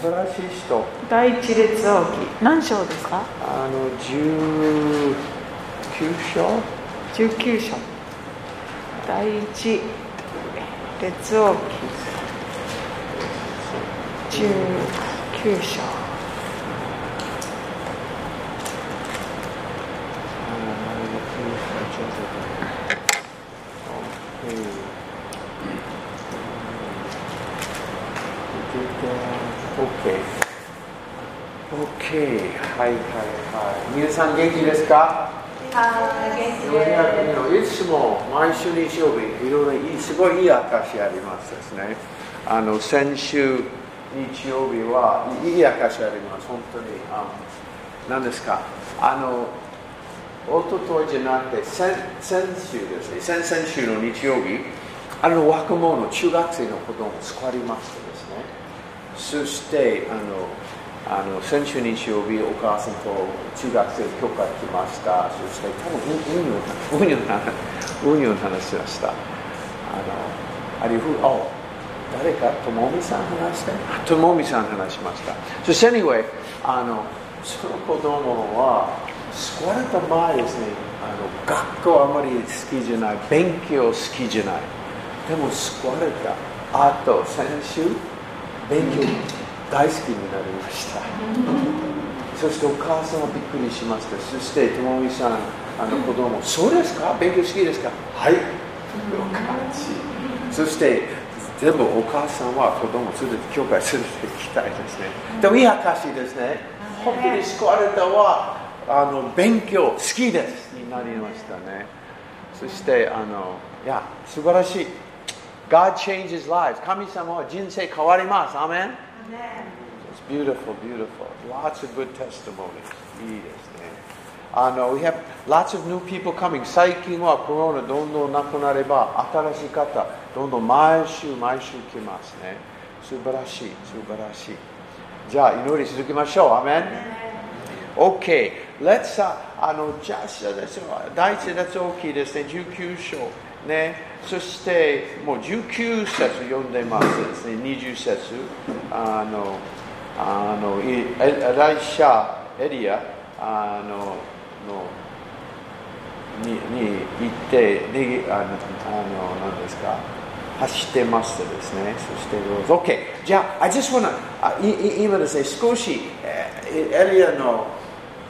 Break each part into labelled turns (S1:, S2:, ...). S1: 新しい人
S2: 第一列王記何章ですか
S1: あの19章
S2: 19章第一列王記19章
S1: はいはいはい皆さん元気ですか
S3: はい、
S1: ようやくのいつも毎週日曜日いろいろいいすごいいい証ありますですねあの先週日曜日はいい証あります本当にあの何ですかあの一昨日じゃなくて先先週ですね先々週の日曜日あの若者中学生の子供を救われましてですねそしてあのあの先週日曜日お母さんと中学生許可来ましたそして多分ウニョウニョの話ウニョの話しましたあのありふあ誰かともみさん話してともみさん話しましたそして anyway あのその子供は救われた前ですねあの学校あまり好きじゃない勉強好きじゃないでも救われたあと先週勉強大好きになりま したそしてお母さんはびっくりしましたそしてともみさんあの子供、そうですか勉強好きですかはいよかったそして全部お母さんは子供連れて教会連れて行きたいですねでもいい証ですね本当に救われたはあの勉強好きですになりましたねそしてあのいや素晴らしい God changes lives 神様は人生変わりますアメン It's beautiful, beautiful. Lots of good testimonies. いいですね。あの、we have lots of new people coming. 最近はコロナどんどんなくなれば、新しい方、どんどん毎週毎週来ますね。素晴らしい、素晴らしい。じゃあ、祈り続けましょう。アメン。OK。Let's, ああの、じゃあ、第一列大きいですね。19章。ね、そしてもう19節読んでますですね、20節あの、あの、いエエライシャ、エリア、あの、のにに行ってにあのあの何ですか走ってましてですねそしてどうぞ OK じゃあ I just wanna あいい今ですね少しえエリアの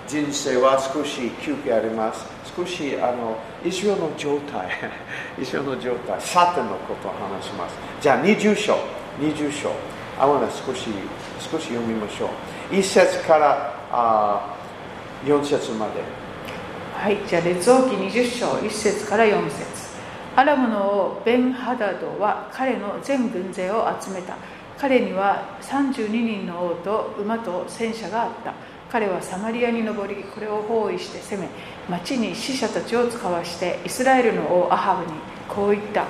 S1: 人生は少し休憩あります少しあのイスラエルの状態 イスラエルの状態サタンのことを話しますじゃあ20章20章 I wanna 少し少し読みましょう1節からあ4節まで
S2: はいじゃあ列王記20章1節から4節アラムの王ベン・ハダドは彼の全軍勢を集めた彼には32人の王と馬と戦車があった彼はサマリアに登りこれを包囲して攻め町に死者たちを使わしてイスラエルの王アハブにこう言った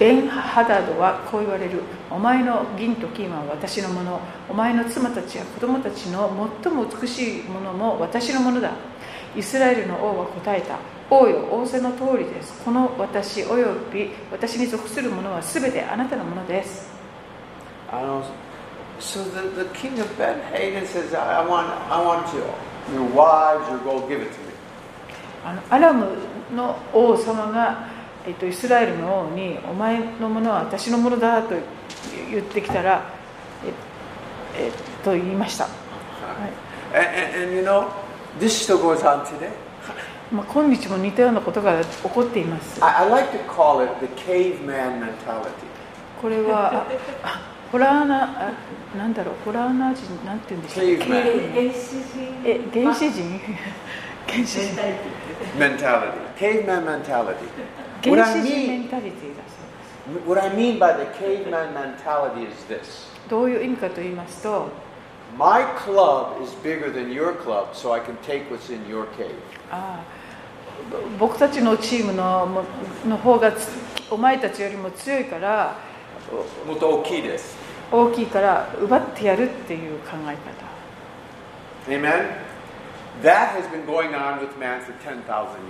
S2: ベン・ハダドはこう言われるお前の銀と金は私のものお前の妻たちや子供たちの最も美しいものも私のものだイスラエルの王は答えた王よ仰せの通りですこの私および私に属するものは全てあなたのものです
S1: あの So the, the king of Ben Haden says, I, I want, I want you, your wives, your gold, give it to me.
S2: あのアラムの王様が、えっと、イスラエルの王に「お前のものは私のものだ」と言ってきたら「ええっと言いました、
S1: Right. And, and, and you know, this still goes on today.
S2: まあ、今日も似たようなことが起こっています
S1: I, I like to call it the caveman mentality.
S2: これは ああホラーなあなんだろうホラーな人なんて言うんでしょう
S1: Caveman
S3: 原始人
S2: え原始人 原始人
S1: mentality. Caveman mentality. What
S2: 原
S1: I
S2: 始人メ
S1: mean,
S2: ンタリティだそうです
S1: what I mean by the caveman mentality is this.
S2: どういう意味かと言いますと
S1: My club is bigger than your club, so I can take what's in your cave.
S2: ああぼ僕たちのチームのもの方がつお前たちよりも強いから
S1: もっと大きいです。
S2: 大きいから奪ってやるっていう考え方
S1: Amen? That has been going on with man for 10,000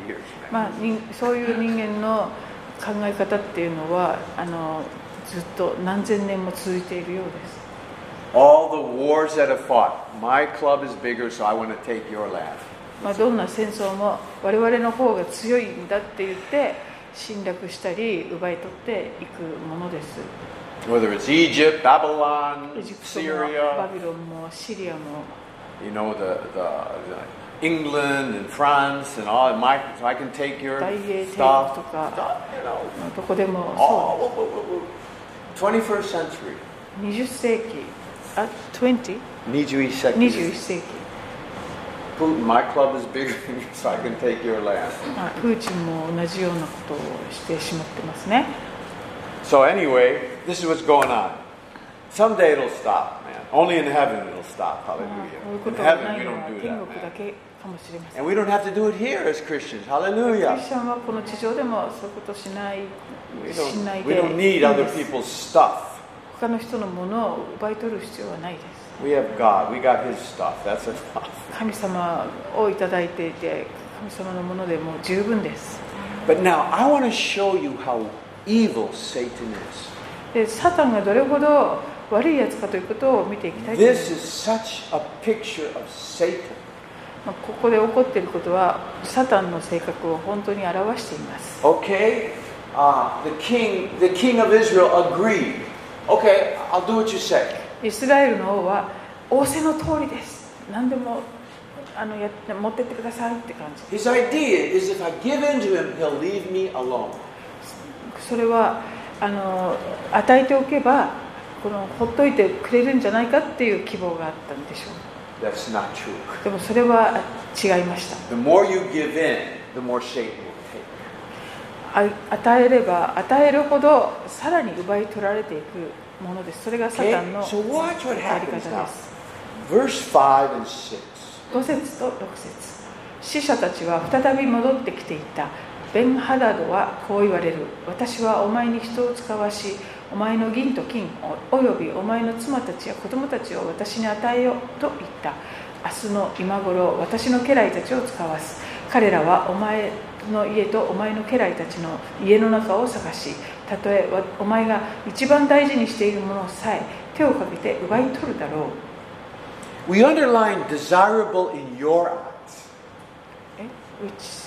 S1: years. man.
S2: まあ、人そういう人間の考え方っていうのはあのずっと何千年も続いているようです
S1: all the wars that are fought. My club is bigger, so I want to take your land.
S2: まあ、どんな戦争も我々の方が強いんだって言って侵略したり奪い取っていくものです
S1: Whether it's Egypt,
S2: エ
S1: Babylon,
S2: ジプトもバ
S1: Syria,
S2: ビロンもシリアも
S1: you know, the, the, the England and France and all. My, so I can take your
S2: 大英帝国と
S1: stuff.
S2: か
S1: You know,
S2: どこでも
S1: all
S2: そ
S1: whoa, whoa, whoa, whoa. 21st century.
S2: う20世紀あ 20?
S1: 21
S2: 21
S1: seconds.
S2: 世紀、
S1: Putin, my club is bigger than yours, so I can take your land.
S2: まあ、プーチンも同じようなことをしてしまってますね
S1: So anyway, this is what's going on. Someday it'll stop, man. Only in heaven it'll stop.
S2: まあ
S1: Hallelujah.
S2: こういうこ
S1: In
S2: とが
S1: heaven
S2: ない
S1: we
S2: のは
S1: don't
S2: 天
S1: do
S2: 国
S1: that.
S2: だ
S1: man.
S2: けかもしれません
S1: And we don't have to do it here as Christians.
S2: クリ
S1: Hallelujah.
S2: スチャンはこの地上でもそういうことしない
S1: We
S2: しない
S1: don't,
S2: で
S1: we
S2: いい
S1: don't need other
S2: です
S1: people's stuff.
S2: 他の人のものを奪い取る必要はないです
S1: We have God. We got His stuff. That's enough.
S2: 神様をいただいていて神様のものでもう十分です
S1: But now I want to show you how evil Satan is.
S2: でサタンがどれほど悪いやつかということを見ていきたいと思いま
S1: This
S2: す
S1: is such a picture of Satan.
S2: まあここで起こっていることはサタンの性格を本当に表しています
S1: Okay, uh, the king, the king of Israel agreed. Okay, I'll do what you say.
S2: イスラエルの王は仰せの通りです何でもあのやって持ってってくださいって感じ
S1: His idea is if I give in to him, he'll leave me alone.
S2: それはあの与えておけばこのほっといてくれるんじゃないかっていう希望があったんでしょ
S1: That's not true.
S2: うでもそれは違いました
S1: The more you give in, the more Satan will take.
S2: あ与えれば与えるほどさらに奪い取られていくものですそれがサタンの
S1: Okay, so watch what
S2: やり
S1: happens
S2: 方
S1: now.
S2: です
S1: Verse 5 and 6.
S2: 5節と6節死者たちは再び戻ってきていったベン・ハダドはこう言われる私はお前に人を使わしお前の銀と金おおよびお前の妻たちや子供たちを私に与えよと言った明日の今頃私の家来たちを使わす彼らはお前の家とお前の家来たちの家の中を探したとえわお前が一番大事にしているものさえ手をかけて奪い取るだろう
S1: We underline desirable in your eyes.
S2: えうち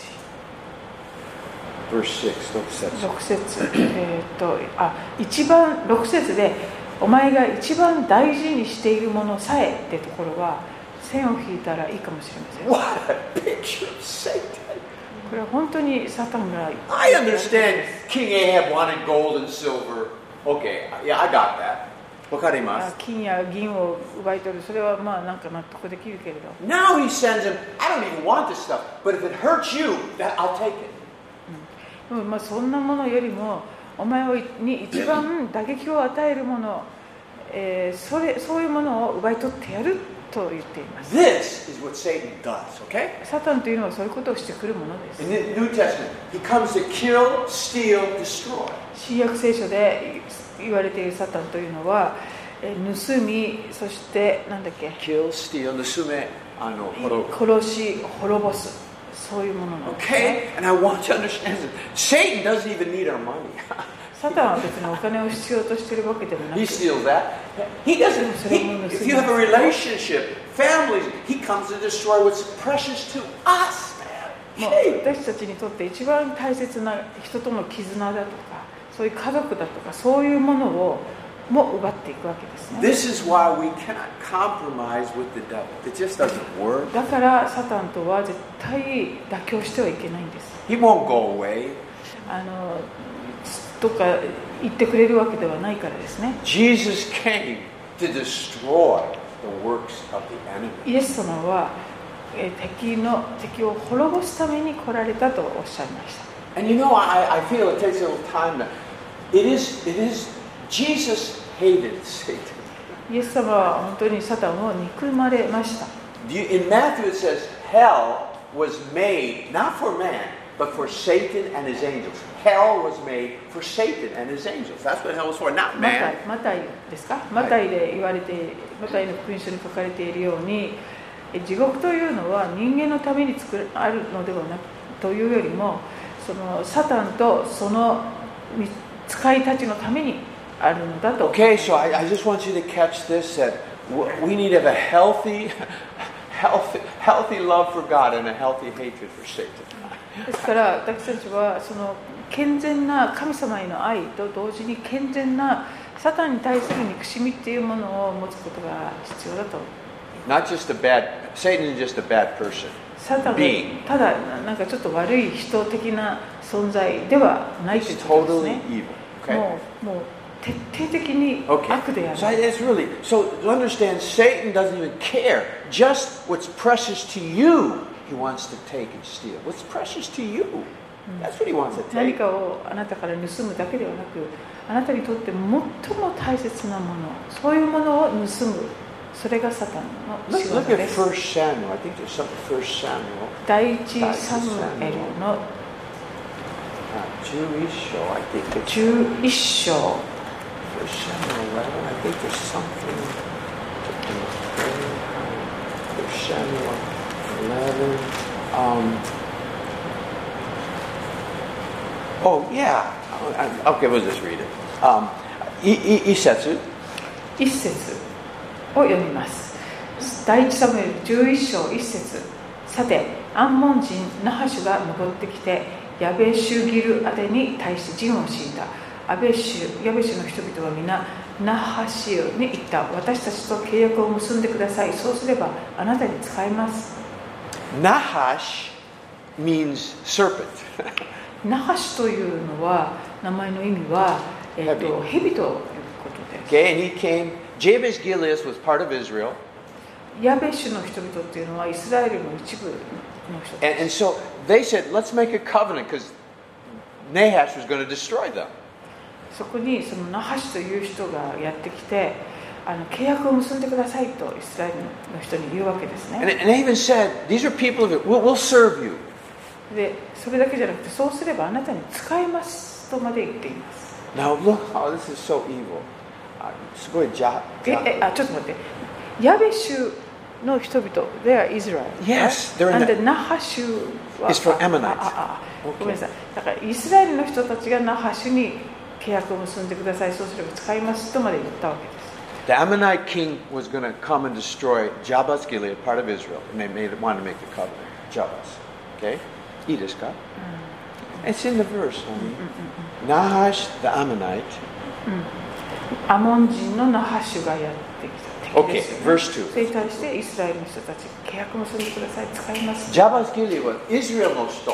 S1: Verse 6, don't set
S2: 6節えーっとあ一番6節で「お前が一番大事にしているものさえ」ってところは線を引いたらいいかもしれませんこ
S1: What a picture of Satan.
S2: れは本当にサタンが
S1: I understand King Ahab wanted gold and silver. Okay, yeah, I got that.
S2: あ
S1: わかります。
S2: 金や銀を奪い取るそれはまあなんか納得できるけれど
S1: Now he sends him, I don't even want this stuff, but if it hurts you, that I'll take it.
S2: でもまあそんなものよりもお前をに一番打撃を与えるもの、えーそれそういうものを奪い取ってやると言っています
S1: This is what Satan does, okay?
S2: サタンというのはそういうことをしてくるものです
S1: In the New Testament, he comes to kill, steal, destroy.
S2: 新約聖書で言われているサタンというのはえー盗みそしてなんだっけ
S1: Kill, steal, 盗め、あの、滅ぶ。
S2: 殺し滅ぼすそういうものなんです、ね、
S1: Okay? And I want you to understand this. Satan doesn't even need our money.
S2: サタンは別にお金を必要としてるわけでもなく
S1: he steals that. He doesn't. He, if you have a relationship, families, he comes to destroy what's precious to us, man.
S2: もう
S1: Hey,
S2: 私たちにとって一番大切な人との絆だとかそういう家族だとかそういうものをも奪っていくわけです
S1: This
S2: ね
S1: is why we cannot compromise with the devil. It just doesn't work.
S2: だからサタンとは絶対妥協してはいけないんです
S1: He won't go away.
S2: あのとか言ってくれるわけではないからですね
S1: Jesus came to destroy the works of the enemy.
S2: イエス様はえー敵の敵を滅ぼすために来られたとおっしゃいました
S1: And you know, I, I feel it takes a little time. To, it is, it is, Jesus hated Satan.
S2: イエス様は本当にサタンを憎まれました
S1: Do you- In Matthew, it says, hell was made not for man, but for Satan and his angels. Hell was made for Satan and his angels. That's what hell was for, not
S2: マタ
S1: man.
S2: イマタイですかマタイで言われてマタイの福音書に書かれているようにえ地獄というのは人間のために作るあるのではなくというよりもそのサタンとそのみ使いたちのためにあるのだと
S1: Okay, so I, I just want you to catch this that w- we need to have a healthy, healthy, healthy love for God and a healthy hatred for Satan.
S2: ですから私たちはその健全な神様への愛と同時に健全なサタンに対する憎しみっていうものを持つことが必要だと
S1: Not just a bad, Satan is just a bad person.
S2: サタンが
S1: Being.
S2: ただななんかちょっと悪い人的な存在ではないとい
S1: He's
S2: うことで
S1: totally
S2: すね
S1: evil. Okay?
S2: もうもう徹底的に
S1: Okay.
S2: 悪である
S1: So I- that's really so to understand Satan doesn't even care. Just what's precious to you, he wants to take and steal. What's precious to you? That's what he wants to
S2: 何
S1: take.
S2: かをあなたから盗むだけではなくあなたにとって最も大切なものそういうものを盗むそれがサタンの仕
S1: Look,
S2: 事
S1: look at
S2: です
S1: First Samuel. I think there's something First Samuel.
S2: 第一サムエルの
S1: Uh, Jewish show. I think it's
S2: 11章
S1: First Samuel 11. I think there's something. First Samuel 11. Um, oh yeah. Oh, I- Okay, we'll just read it. Um, I- I- Isetsu.
S2: 1節を読みます第一サムエル11章1節さてアンモン人ナハシュが戻ってきてヤベシュギル宛てに対して陣を敷いたアベシュヤベシュの人々は皆ナハシュに言った私たちと契約を結んでくださいそうすればあなたに使えます
S1: Nahash means serpent.
S2: ナハシュというのは名前の意味は、えっと蛇ということです
S1: Okay, and he came. Jabez Gilead was part of Israel.
S2: ヤベシュの人々っていうのはイスラエルの一部の人
S1: And, and so they said, let's make a covenant because Nahash was going to destroy them.
S2: そこにそのナハシという人がやってきてあの契約を結んでくださいとイスラエルの人に言うわけです
S1: And,
S2: ね
S1: and they even said, these are people of it. We'll, we'll serve you.
S2: でそれだけじゃなくてそうすればあなたに使えますとまで言っています
S1: Now look, oh, this is so evil. Uh, It's going ja-
S2: ええ
S1: ja-
S2: あちょっと待ってヤベシュの人々 they are Israel
S1: Yes, they're in
S2: なんで
S1: the-
S2: ナハシュは
S1: It's from Ammonites.
S2: あああ
S1: Okay.
S2: ごめんなさいだからイスラエルの人たちがナハシュに契約を結んでくださいそうすれば使いますとまで言ったわけです
S1: The Ammonite king was going to come and destroy Jabez Gilead, part of Israel, and they made, wanted to make the covenant. Jabez. Okay? Idiska. It's in the verse, honey. Nahash the Ammonite.
S2: アモン人のナハシュがやってきた敵で
S1: Okay,
S2: すよね
S1: verse 2.
S2: それに対してイスラエルの人たち契約もすんでください使います
S1: ジャバスギリはイスラエルの人、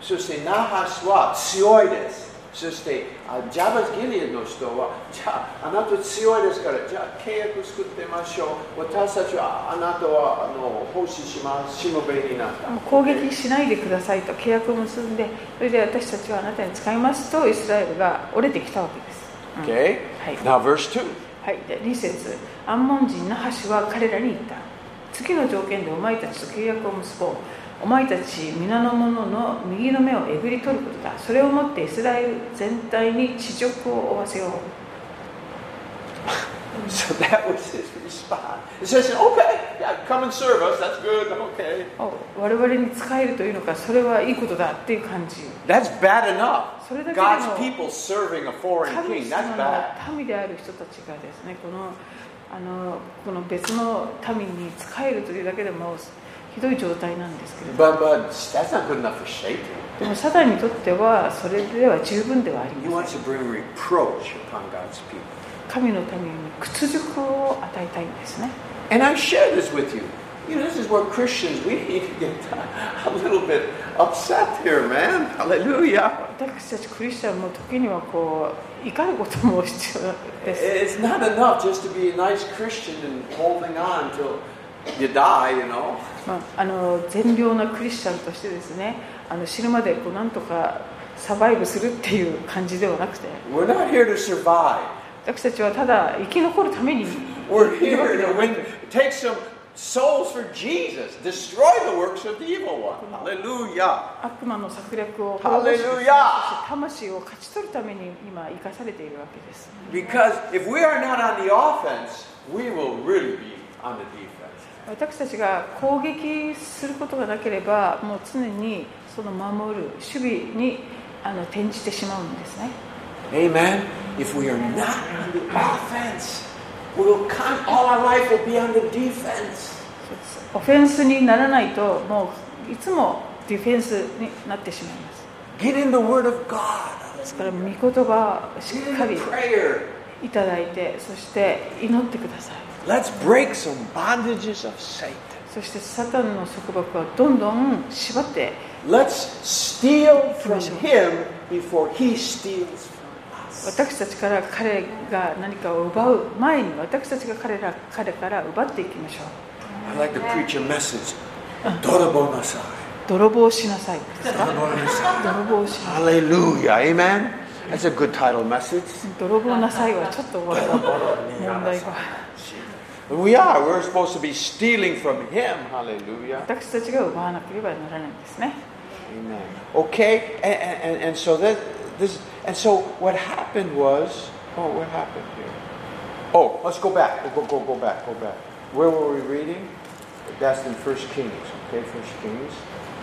S1: そしてナハスは強いです。そしてあジャバスギリの人は、じゃああなた強いですから、じゃあ契約作ってみましょう。私たちはあなたはあの奉仕します。しもべになった。
S2: 攻撃しないでくださいと契約を結んでそれで私たちはあなたに使いますとイスラエルが折れてきたわけです、うん
S1: Okay?
S2: はい
S1: Now verse 2.
S2: はい、で2節アンモン人ナハシュは彼らに言った次の条件でお前たちと契約を結ぼうお前たち皆の者の右の目をえぐり取ることだそれをもってイスラエル全体に恥辱を負わせよう
S1: So that was his response. He says, okay, yeah, come and serve us. That's good. Okay.
S2: お我々に使えるというのかそれはいいことだっていう感じ
S1: That's bad enough.
S2: それだけでも
S1: God's people serving a foreign
S2: 神
S1: king.
S2: 様
S1: That's bad.
S2: の民である人たちがですねこのあのこの別の民に仕えるというだけでもひどい状態なんですけれど
S1: But, but that's not good enough for Satan.
S2: でもサタンにとってはそれでは十分ではあり
S1: He
S2: ま
S1: wants
S2: せ
S1: to
S2: ん
S1: bring reproach upon God's people.
S2: 神の民に屈辱を与えたいんですね
S1: And I share this with you. You know, this is where Christians, we need to get a little bit upset here, man. Hallelujah.
S2: 私たちクリスチャンも時にはこう怒ることも必要です
S1: It's not enough just to be a nice Christian and holding on till you die, you know.
S2: まあ、あの善良なクリスチャンとしてですねあの死ぬまでこうなんとかサバイブするっていう感じではなくて
S1: We're not here to survive.
S2: 私たちはただ生き残るために
S1: We're here to win, take some souls for Jesus, destroy the works of the evil one. Hallelujah.
S2: 悪魔の策略を
S1: Hallelujah.
S2: 魂を勝ち取るために今生かされているわけです
S1: Because if we are not on the offense, we will really be on the defense.
S2: 私たちが攻撃することがなければもう常にその守る守備にあの転じてしまうんですね
S1: Amen. If we are not on the offense, We will come, all our life will be under defense.
S2: オフェンスにならないともういつもディフェンスになってしまいます
S1: Get in the Word of God.
S2: ですから御言葉をし
S1: Get
S2: っか
S1: in
S2: り
S1: the prayer.
S2: いただいてそして祈ってください
S1: Let's break some bondages of Satan.
S2: そしてサタンの束縛はどんどん縛って
S1: Let's steal from him before he steals from us.
S2: 私たちから彼が何かを奪う前に私たちが彼ら彼から奪っていきましょう
S1: I'd like to preach a message. Dorobo Nasai.
S2: 泥棒しなさいですか
S1: Dorobo Nasai.
S2: 泥棒しなさい
S1: Hallelujah. Amen. That's a good title message.
S2: 泥棒なさいはちょっと問題が
S1: We are. We're supposed to be stealing from him. Hallelujah.
S2: 私たちが奪わなければならないんですね
S1: Amen. Okay, and, and, and- and so that this and so what happened was oh what happened here? Oh, let's go back. Go go go back. Go back. Where were we reading? That's in First Kings. Okay, First Kings.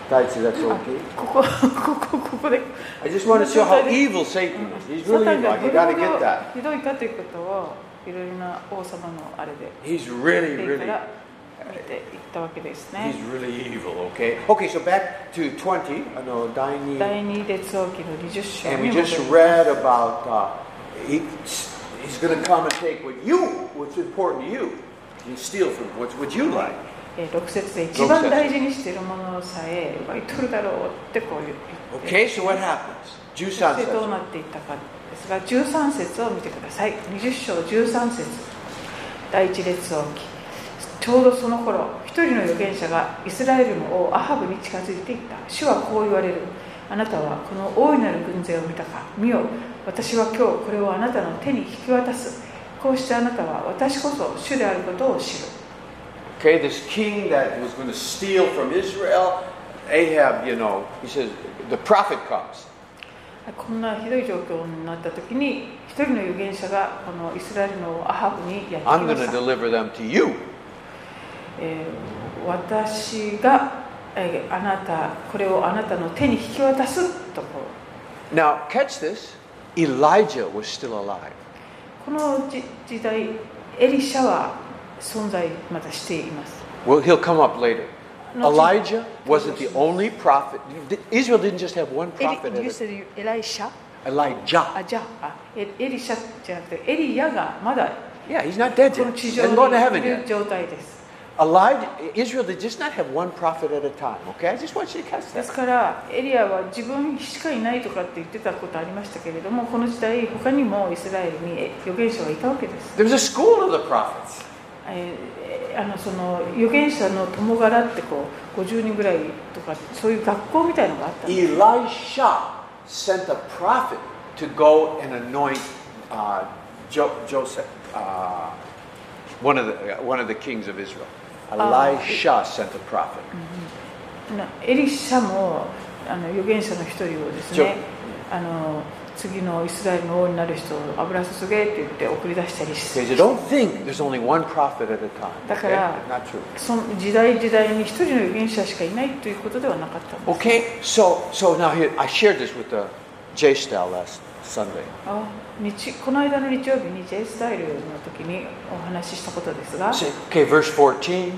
S1: That's that's
S2: あ
S1: okay.
S2: ここここここで
S1: I just want to show how evil Satan is. He's
S2: サ
S1: really
S2: タ
S1: evil. You
S2: ンがど
S1: got
S2: れ
S1: to
S2: ほ
S1: get that.
S2: どひどいかということをいろいろな王様のあれで
S1: He's really
S2: 見て
S1: really
S2: から見ていったわけです
S1: he's
S2: ね
S1: really evil. Okay. Okay. So back to twenty. I know.
S2: 第二列王記の20章
S1: And
S2: に
S1: we
S2: 戻
S1: just
S2: ります
S1: read about uh, he, he's going to come and take what you, what's important to you, and steal from what's what you like.
S2: えー6節で
S1: 節
S2: 一番大事にしているものさえ奪い取るだろうってこう言って
S1: Okay, so what happens? 13
S2: そしてどう
S1: says,
S2: なっていったかですが13節を見てください20章13節第一列王記ちょうどその頃一人の預言者がイスラエルの王アハブに近づいていった主はこう言われるあなたはこの大いなる軍勢を見たか見よ私は今日これをあなたの手に引き渡すこうしてあなたは私こそ主であることを知る
S1: okay, this king that was going to steal from Israel, Ahab, you know, he says, the prophet comes.
S2: こんなひどい状況になった時に一人の預言者がこのイスラエルのアハブにやってき
S1: I'm
S2: ま
S1: going to
S2: した、
S1: deliver them to you.
S2: えー私が、えーあなたこれをあなたの手に引き渡すとこ
S1: Now, catch this. Elijah was still alive.
S2: このじ時代エリシャは存在まだしています
S1: Well, he'll come up later.
S2: Not-
S1: Elijah wasn't the only prophet. Israel didn't just have one
S2: エ
S1: prophet.
S2: リ
S1: at
S2: ユ
S1: a
S2: スリエライシャ
S1: Elijah.
S2: あじゃあエエリシャじゃなくてエリヤがまだ
S1: Yeah, he's not dead
S2: この
S1: yet.
S2: 地
S1: He's
S2: 上
S1: gone to
S2: に
S1: heaven
S2: いる
S1: yet.
S2: 状態です
S1: Elijah, Israel, they just not have one prophet at a time. Okay, I just want you to catch
S2: です
S1: that.
S2: からエリアは自分しかいないとかって言ってたことありましたけれどもこの時代他にもイスラエルに預言者はいたわけです、
S1: There was a school of the prophets.
S2: えーあのその預言者の友柄ってこう50人ぐらいとかそういう学校みたいのがあったんです
S1: Elisha sent a prophet to go and anoint uh, jo- Joseph, uh, one of the uh, one of the kings of Israel. Elisha sent a prophet.
S2: あのエリシャもあの預言者の一人をです
S1: ちょ
S2: ねあの次のイスラエルの王になる人を油注げって言って送り出したりして
S1: Okay, so don't think there's only one prophet at a time. Okay,
S2: だから、
S1: That's not true.
S2: その時代時代に一人の預言者しかいないということではなかったんです
S1: Okay, so so now here I shared this with the J Style last Sunday.
S2: あ日この間の日曜日に J スタイルの時にお話ししたことですが
S1: Say- Okay, verse 14.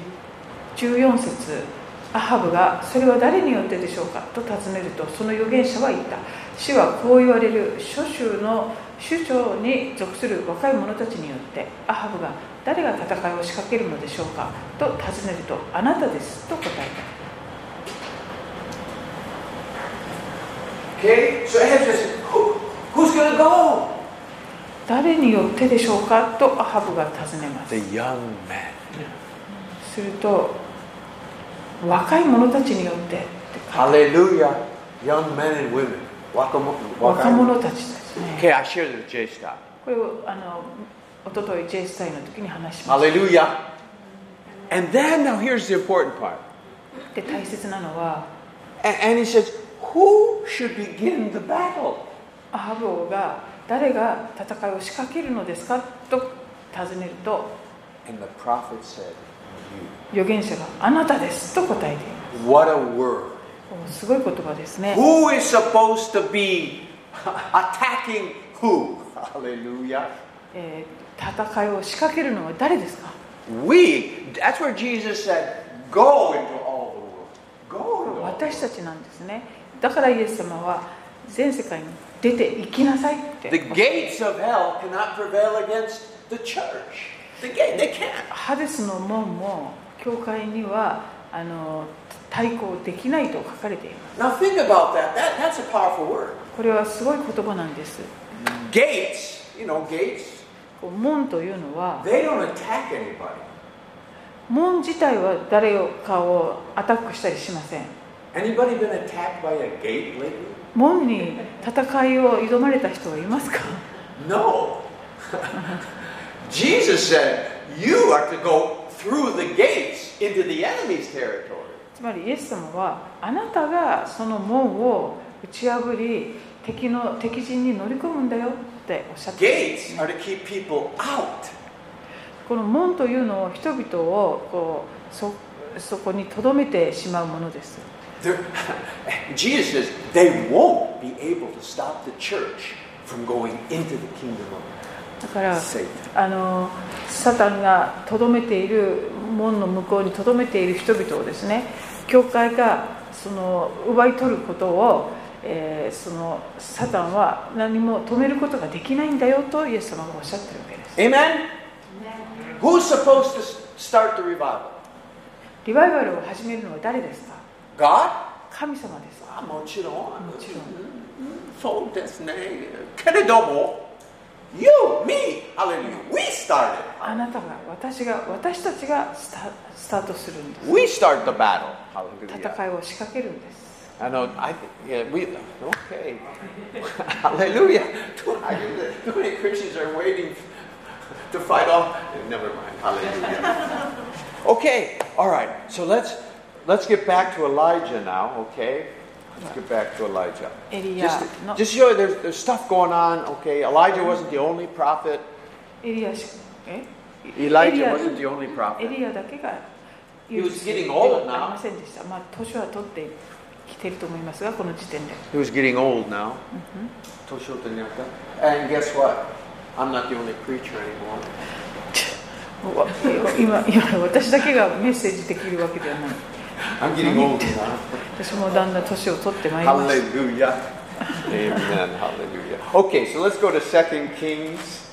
S2: 14節アハブがそれは誰によってでしょうかと尋ねるとその預言者は言った主はこう言われる諸州の首長に属する若い者たちによってアハブが誰が戦いを仕掛けるのでしょうかと尋ねるとあなたですと答えた
S1: Okay, so Ahab says, Who, who's going to go?
S2: 誰によってでしょうかとアハブが尋ねます
S1: The young man.
S2: すると若い者たちによってって書いてある
S1: Hallelujah. Young men and women. Wakamo-
S2: 若
S1: waka-
S2: 者たちですね
S1: Okay, I shared it with J Style.
S2: これをあの一昨日 J スタイルの時に話しまし
S1: Hallelujah. And then, now here's the important part.
S2: たで大切なのは
S1: A- and he says, Who should begin the battle?
S2: アハブ王が誰が戦いを仕掛けるのですかと尋ねると
S1: And the prophet said, You.
S2: 預言者があなたですと答えていま
S1: What a word.
S2: すすごい言葉ですね
S1: Who is supposed to be attacking who? Hallelujah.
S2: えー戦いを仕掛けるのは誰ですか
S1: We, that's where Jesus said, go into all the world. Go into all the
S2: 私
S1: world.
S2: たちなんですねだからイエス様は全世界に出て行きなさいって
S1: The gates of hell cannot prevail against the church. The gate, they can't.
S2: ハデスの門も教会にはあの対抗できないと書かれていま
S1: Now think about that. that that's a powerful word.
S2: すこれはすごい言葉なんです
S1: Gates, you know, gates,
S2: こう門というのは
S1: they don't attack anybody.
S2: 門自体は誰かをアタックしたりしません
S1: Anybody been attacked by a gate lately?
S2: 門に戦いを挑まれた人はいますか
S1: No. Jesus said, you are to go through the gates into the enemy's territory.
S2: つまりイエス様はあなたがその門を打ち破り敵の敵陣に乗り込むんだよっておっしゃってるんです
S1: Gates
S2: ね
S1: are to keep people out.
S2: この門というのを人々をこうそそこに留めてしまうものです
S1: They're- Jesus says they won't be able to stop the church from going into the kingdom
S2: だか
S1: of
S2: ら
S1: Satan.
S2: あのサタンが留めている門の向こうに留めている人々をですね教会がその奪い取ることを、えーそのサタンは何も止めることができないんだよとイエス様がおっしゃってるわけです
S1: Amen?
S3: Amen.
S1: Who's supposed to s- start the revival?
S2: リバイバルを始めるのは誰ですか
S1: God?
S2: 神様ですか
S1: Ah, もちろん。
S2: もちろん。
S1: そうですね。けれども、You, me, hallelujah. We started.
S2: あなたが私が私たちがスタスタートするんです
S1: We start the battle.
S2: 戦いを仕掛けるんです
S1: I know. I think, yeah, we, okay. Hallelujah. I hear that Too many Christians are waiting to fight off. Never mind. Hallelujah. okay. All right. So let's let's get back to Elijah now. Okay. Let's get back to Elijah.
S2: エリア
S1: Just,
S2: の
S1: just show you there's, there's stuff going on. Okay. Elijah wasn't the only prophet.
S2: エリアしえ
S1: Elijah
S2: エリア
S1: wasn't the only
S2: エ
S1: prophet.
S2: リアだけが
S1: He
S2: 唯
S1: was
S2: 一で
S1: getting
S2: は
S1: old
S2: あり
S1: now.
S2: ませんでした。まあ、年は取ってきてると思いますが、この時点で。
S1: He was getting old now. Toshotenyaka. And guess what? I'm not the only preacher anymore.
S2: うわ今、今私だけがメッセージできるわけではない。
S1: I'm getting old now.
S2: 私もだんだん年を取ってまいりました。
S1: Hallelujah. Amen. Hallelujah. Okay, so let's go to 2 Kings.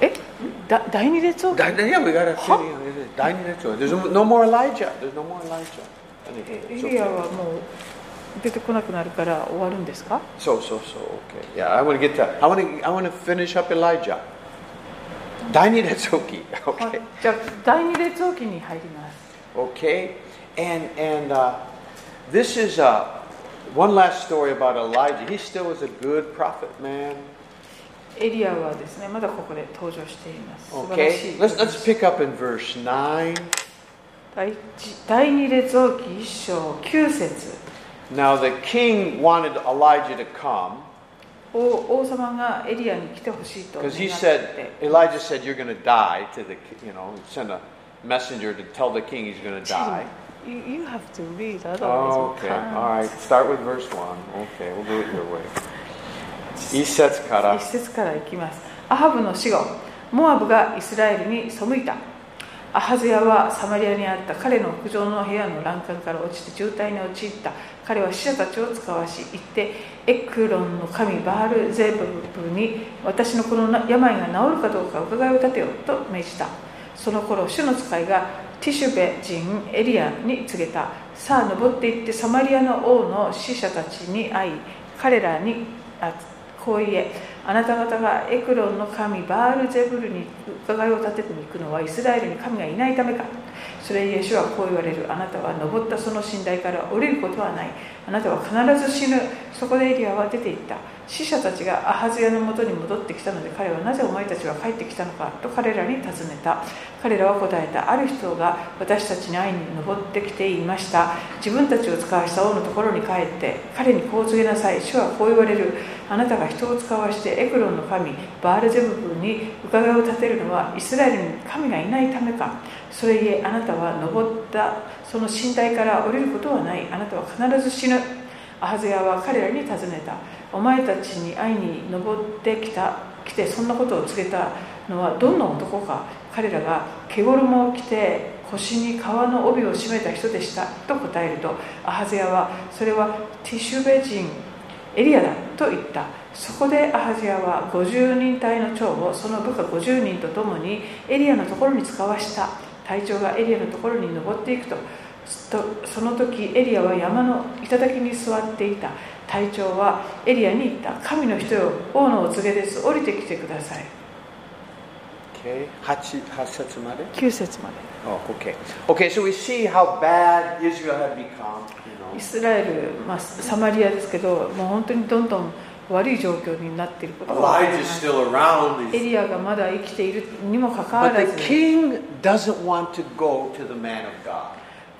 S2: えだ第二列王
S1: Oh, Di-
S2: 記
S1: Yeah, we got a
S2: Huh?
S1: There's no no more Elijah. There's no more Elijah.
S2: え
S1: Anyway,
S2: エ
S1: it's
S2: リア
S1: okay.
S2: はもう出てこなくなるから終わるんですか
S1: So so so okay. Yeah, I want to get that. I want to I want to finish up Elijah. Daini Datsuki.
S2: は
S1: Okay.
S2: いじゃあ、第二列王記に入ります。
S1: Okay, and and uh, this is uh, one last story about Elijah. He still was a good prophet man.
S2: エリアはですね、まだここで登場しています。素晴らし
S1: Okay,
S2: い。
S1: let's let's pick up in verse nine.
S2: 第一第二列王記一章九節
S1: Now the king wanted Elijah to come
S2: 王王様がエリアに来てほしいと願っ
S1: because
S2: て
S1: he said Elijah said you're going to die to the ki- you know send a messenger to tell the king he's going to die.
S2: You, you have to read, otherwise
S1: Oh,
S2: we
S1: okay,
S2: can't.
S1: all right. Start with verse one. Okay, we'll do it your way. Iset's
S2: 一
S1: kara.
S2: 節からいきます。アハブの死後、モアブがイスラエルに背いた。アハズヤはサマリアにあった彼の屋上の部屋の欄干から落ちて渋滞に陥った。彼は死者たちを使わし、行ってエクロンの神バールゼブブに私のこの病が治るかどうか伺いを立てよと命じた。その頃、主の使いがティシュベ人エリアに告げた。さあ、登って行ってサマリアの王の死者たちに会い、彼らにあこう言え、あなた方がエクロンの神バールゼブルに伺いを立てていくのはイスラエルに神がいないためか。それゆえ主はこう言われる。あなたは登ったその寝台から降りることはない。あなたは必ず死ぬ。そこでエリアは出て行った。死者たちがアハズヤのもとに戻ってきたので彼はなぜお前たちは帰ってきたのかと彼らに尋ねた。彼らは答えた。ある人が私たちに会いに登ってきていました。自分たちを使わした王のところに帰って彼にこう告げなさい。主はこう言われる。あなたが人を使わしてエクロンの神バールゼブブに伺いを立てるのはイスラエルに神がいないためかそれゆえあなたは登ったその寝台から降りることはないあなたは必ず死ぬアハゼヤは彼らに尋ねたお前たちに会いに登ってきた来てそんなことを告げたのはどんな男か彼らが毛衣を着て腰に革の帯を締めた人でしたと答えるとアハゼヤはそれはティシュベ人エリアだと言ったそこでアハゼヤは50人隊の長をその部下50人と共にエリアのところに使わした隊長がエリアのところに登っていくととその時エリアは山の頂に座っていた隊長はエリアに言った神の人よ王のお告げです降りてきてください
S1: Okay, 8, 8節まで。
S2: 9節まで
S1: Oh, okay. Okay, so we see how bad Israel had become, you
S2: イ
S1: know.
S2: スラエル、まあ、サマリアですけどもう本当にどんどん悪い状況になっていることがわかりま
S1: Elijah's
S2: す
S1: still around.
S2: エ
S1: He's,
S2: リアがまだ生きているにもかかわ
S1: but
S2: らず
S1: the king doesn't want to go to the man of God.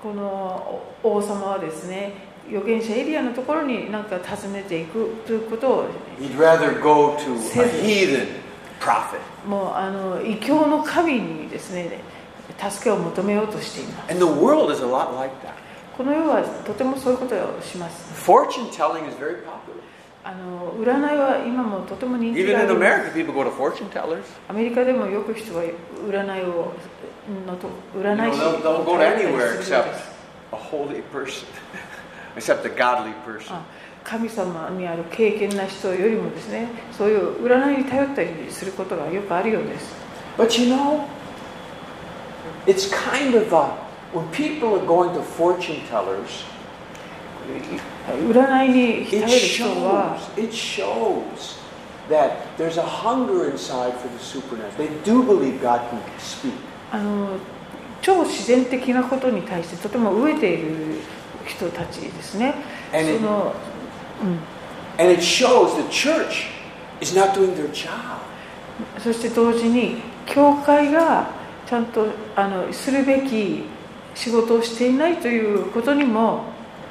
S2: この王様はですね預言者エリアのところに何か訪ねていくということを
S1: He'd rather go to a
S2: Says-
S1: heathen prophet.
S2: もうあの異教の神にですね助けを求めようとしています
S1: And the world is a lot like that.
S2: この世はとてもそういうことをします
S1: Fortune telling is very popular.
S2: あの占いは今もとても人気
S1: Even
S2: があ
S1: in
S2: ります
S1: America, people go to fortune tellers.
S2: アメリカでもよく人は占いをのと
S1: You
S2: 占
S1: know,
S2: い師
S1: they'll, they'll go to
S2: 頼ったりするよう
S1: anywhere
S2: です
S1: except a holy person, except a godly person.
S2: あ神様にある経験な人よりもですねそういう占いに頼ったりすることがよくあるようです
S1: But you know, it's kind of a, when people are going to fortune tellers,
S2: 占いに
S1: it
S2: 頼る人は
S1: shows, it shows that there's a hunger inside for the supernatural. They do believe God can speak.
S2: あの超自然的なことに対してとても飢えている人たちですね
S1: And it-
S2: その
S1: And it shows the church is not doing their job.
S2: そして同時に教会がちゃんとあのするべき仕事をしていないということにも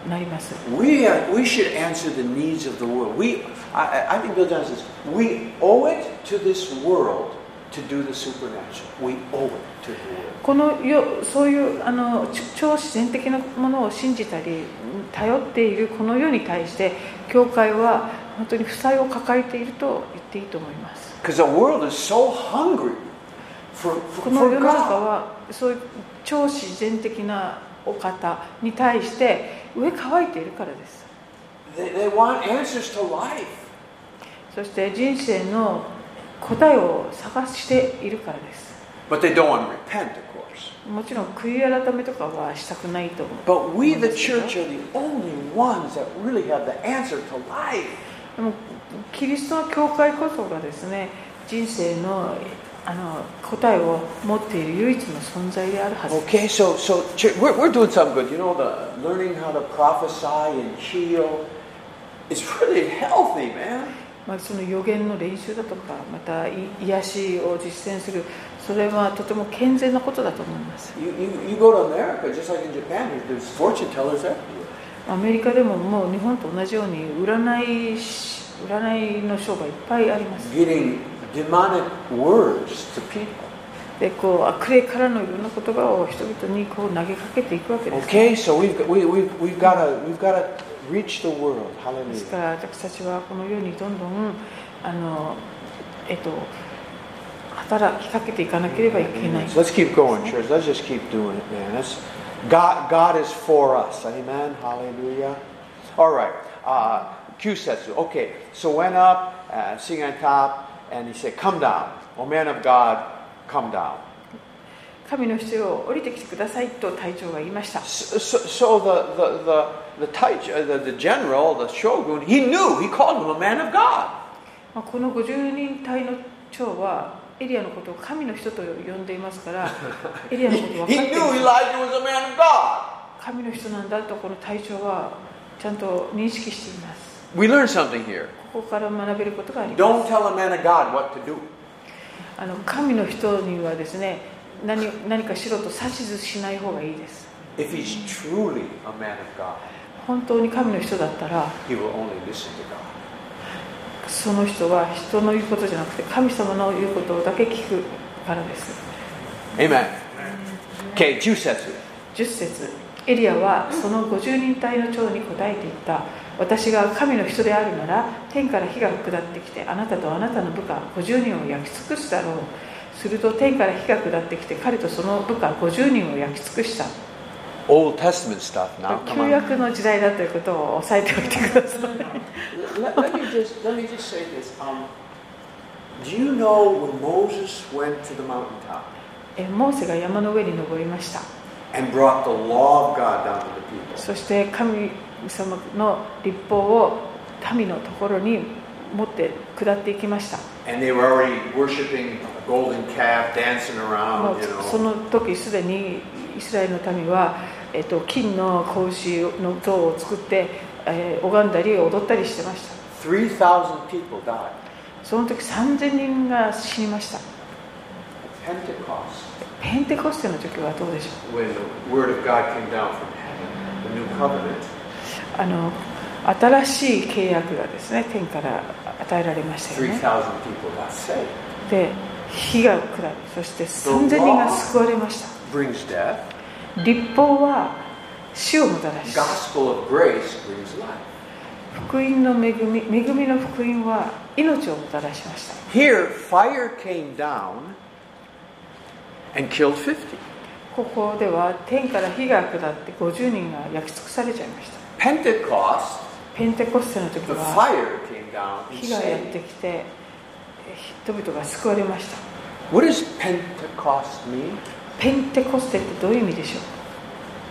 S2: なります
S1: We, are, we should answer the needs of the world. We, I, I- I think Bill Johnson says, we owe it to this world to do the supernatural. We owe it to the world.
S2: このよそういうあのち超自然的なものを信じたり頼っているこの世に対して教会は本当に負債を抱えていると言っていいと思います
S1: Because the world is so hungry for, for,
S2: この世
S1: for
S2: の中
S1: God.
S2: はそういう超自然的なお方に対して上乾いているからです
S1: They, they want answers to life.
S2: そして人生の答えを探しているからです
S1: But they don't want to repent, of course.
S2: もちろん悔い改めとかはしたくないと思う
S1: But we, the church, are the only ones that really have the answer to life.
S2: でもキリストの教会こそがですね人生のあの答えを持っている唯一の存在であるはず
S1: Okay, so so church, we're, we're doing something good. You know, the learning how to prophesy and heal is really healthy, man.
S2: まあ、その予言の練習だとかまたい癒しを実践するそれはとても健全なことだと思います
S1: You, you, you go to America, just like in Japan, there's, there's fortune tellers everywhere.
S2: アメリカでももう日本と同じように占い師占いの書がいっぱいあります
S1: Getting demonic words to people.
S2: でこう悪霊からのいろんな言葉を人々にこう投げかけていくわけです
S1: Okay, so we've got, we, we, we've got to we've got to reach the world.
S2: です
S1: Hallelujah.
S2: から私たちはこの世にどんどんあの、えっと、働きかけていかなければいけない
S1: So let's keep going, church. Let's just keep doing it, man. That's, God, God is for us. Amen. Hallelujah. All right. Uh, Q says, okay. So went up, uh, sitting on top, and he said, come down. O man of God, come down.
S2: 神の必要を降りてきてくださいと隊長が言いました
S1: So, so, so the, the, the, the, taich- uh, the, the general, the shogun, he knew. He called him a man of God.
S2: まあこの50人隊の長はエリアのことを神の人と呼んでいますから エリ
S1: He,
S2: アのことを分
S1: he
S2: かってい
S1: knew Elijah was a
S2: る
S1: man of God.
S2: 神の人なんだとこの隊長はちゃんと認識しています
S1: We learned something here.
S2: ここから学べることがあります
S1: Don't tell a man of God what to do.
S2: あの神の人にはですね何何かしろと指図しない方がいいです
S1: If he's truly a man of God,
S2: 本当に神の人だったら
S1: he will only listen to God.
S2: その人は人の言うことじゃなくて神様の言うことだけ聞くからです
S1: Amen. Okay, Jusetsu.
S2: 10節エリアはその50人隊の長に答えていった私が神の人であるなら天から火が下ってきてあなたとあなたの部下50人を焼き尽くすだろうすると天から火が下ってきて彼とその部下50人を焼き尽くした
S1: Old Testament stuff now.
S2: 旧
S1: Come on.
S2: 約の時代だということを押さえておいてください
S1: Let, let me just let me just say this. Um, do you know when Moses went to the mountaintop
S2: えモーセが山の上に登りました
S1: and brought the law of God down to the people?
S2: そして神様の立法を民のところに持って下っていきました
S1: And they were already worshiping a golden calf, dancing
S2: も
S1: around,
S2: う
S1: you
S2: そ
S1: know.
S2: の時すでにイスラエルの民は、えっと金の格子の像を作って、えー拝んだり踊ったりしてました
S1: Three thousand people died.
S2: その時3000人が死にました
S1: Pentecost,
S2: ペンテコステの時はどうでしょ
S1: when the word of God came down from heaven, the new covenant.
S2: うあの新しい契約がですね天から与えられましたよね
S1: 3,000 people got saved.
S2: で火が下りそして3000人が救われました
S1: Brings death.
S2: 立法は死をもたらし
S1: Gospel of grace brings life.
S2: 福音の恵み恵みの福音は命をもたらしました
S1: Here, fire came down and killed 50.
S2: ここでは天から火が下って50人が焼き尽くされちゃいました
S1: Pentecost,
S2: ペンテコステの時
S1: the
S2: は
S1: fire came down and
S2: 火がやって
S1: saved.
S2: きて人々が救われました
S1: What does Pentecost mean?
S2: ペンテコステってどういう意味でしょ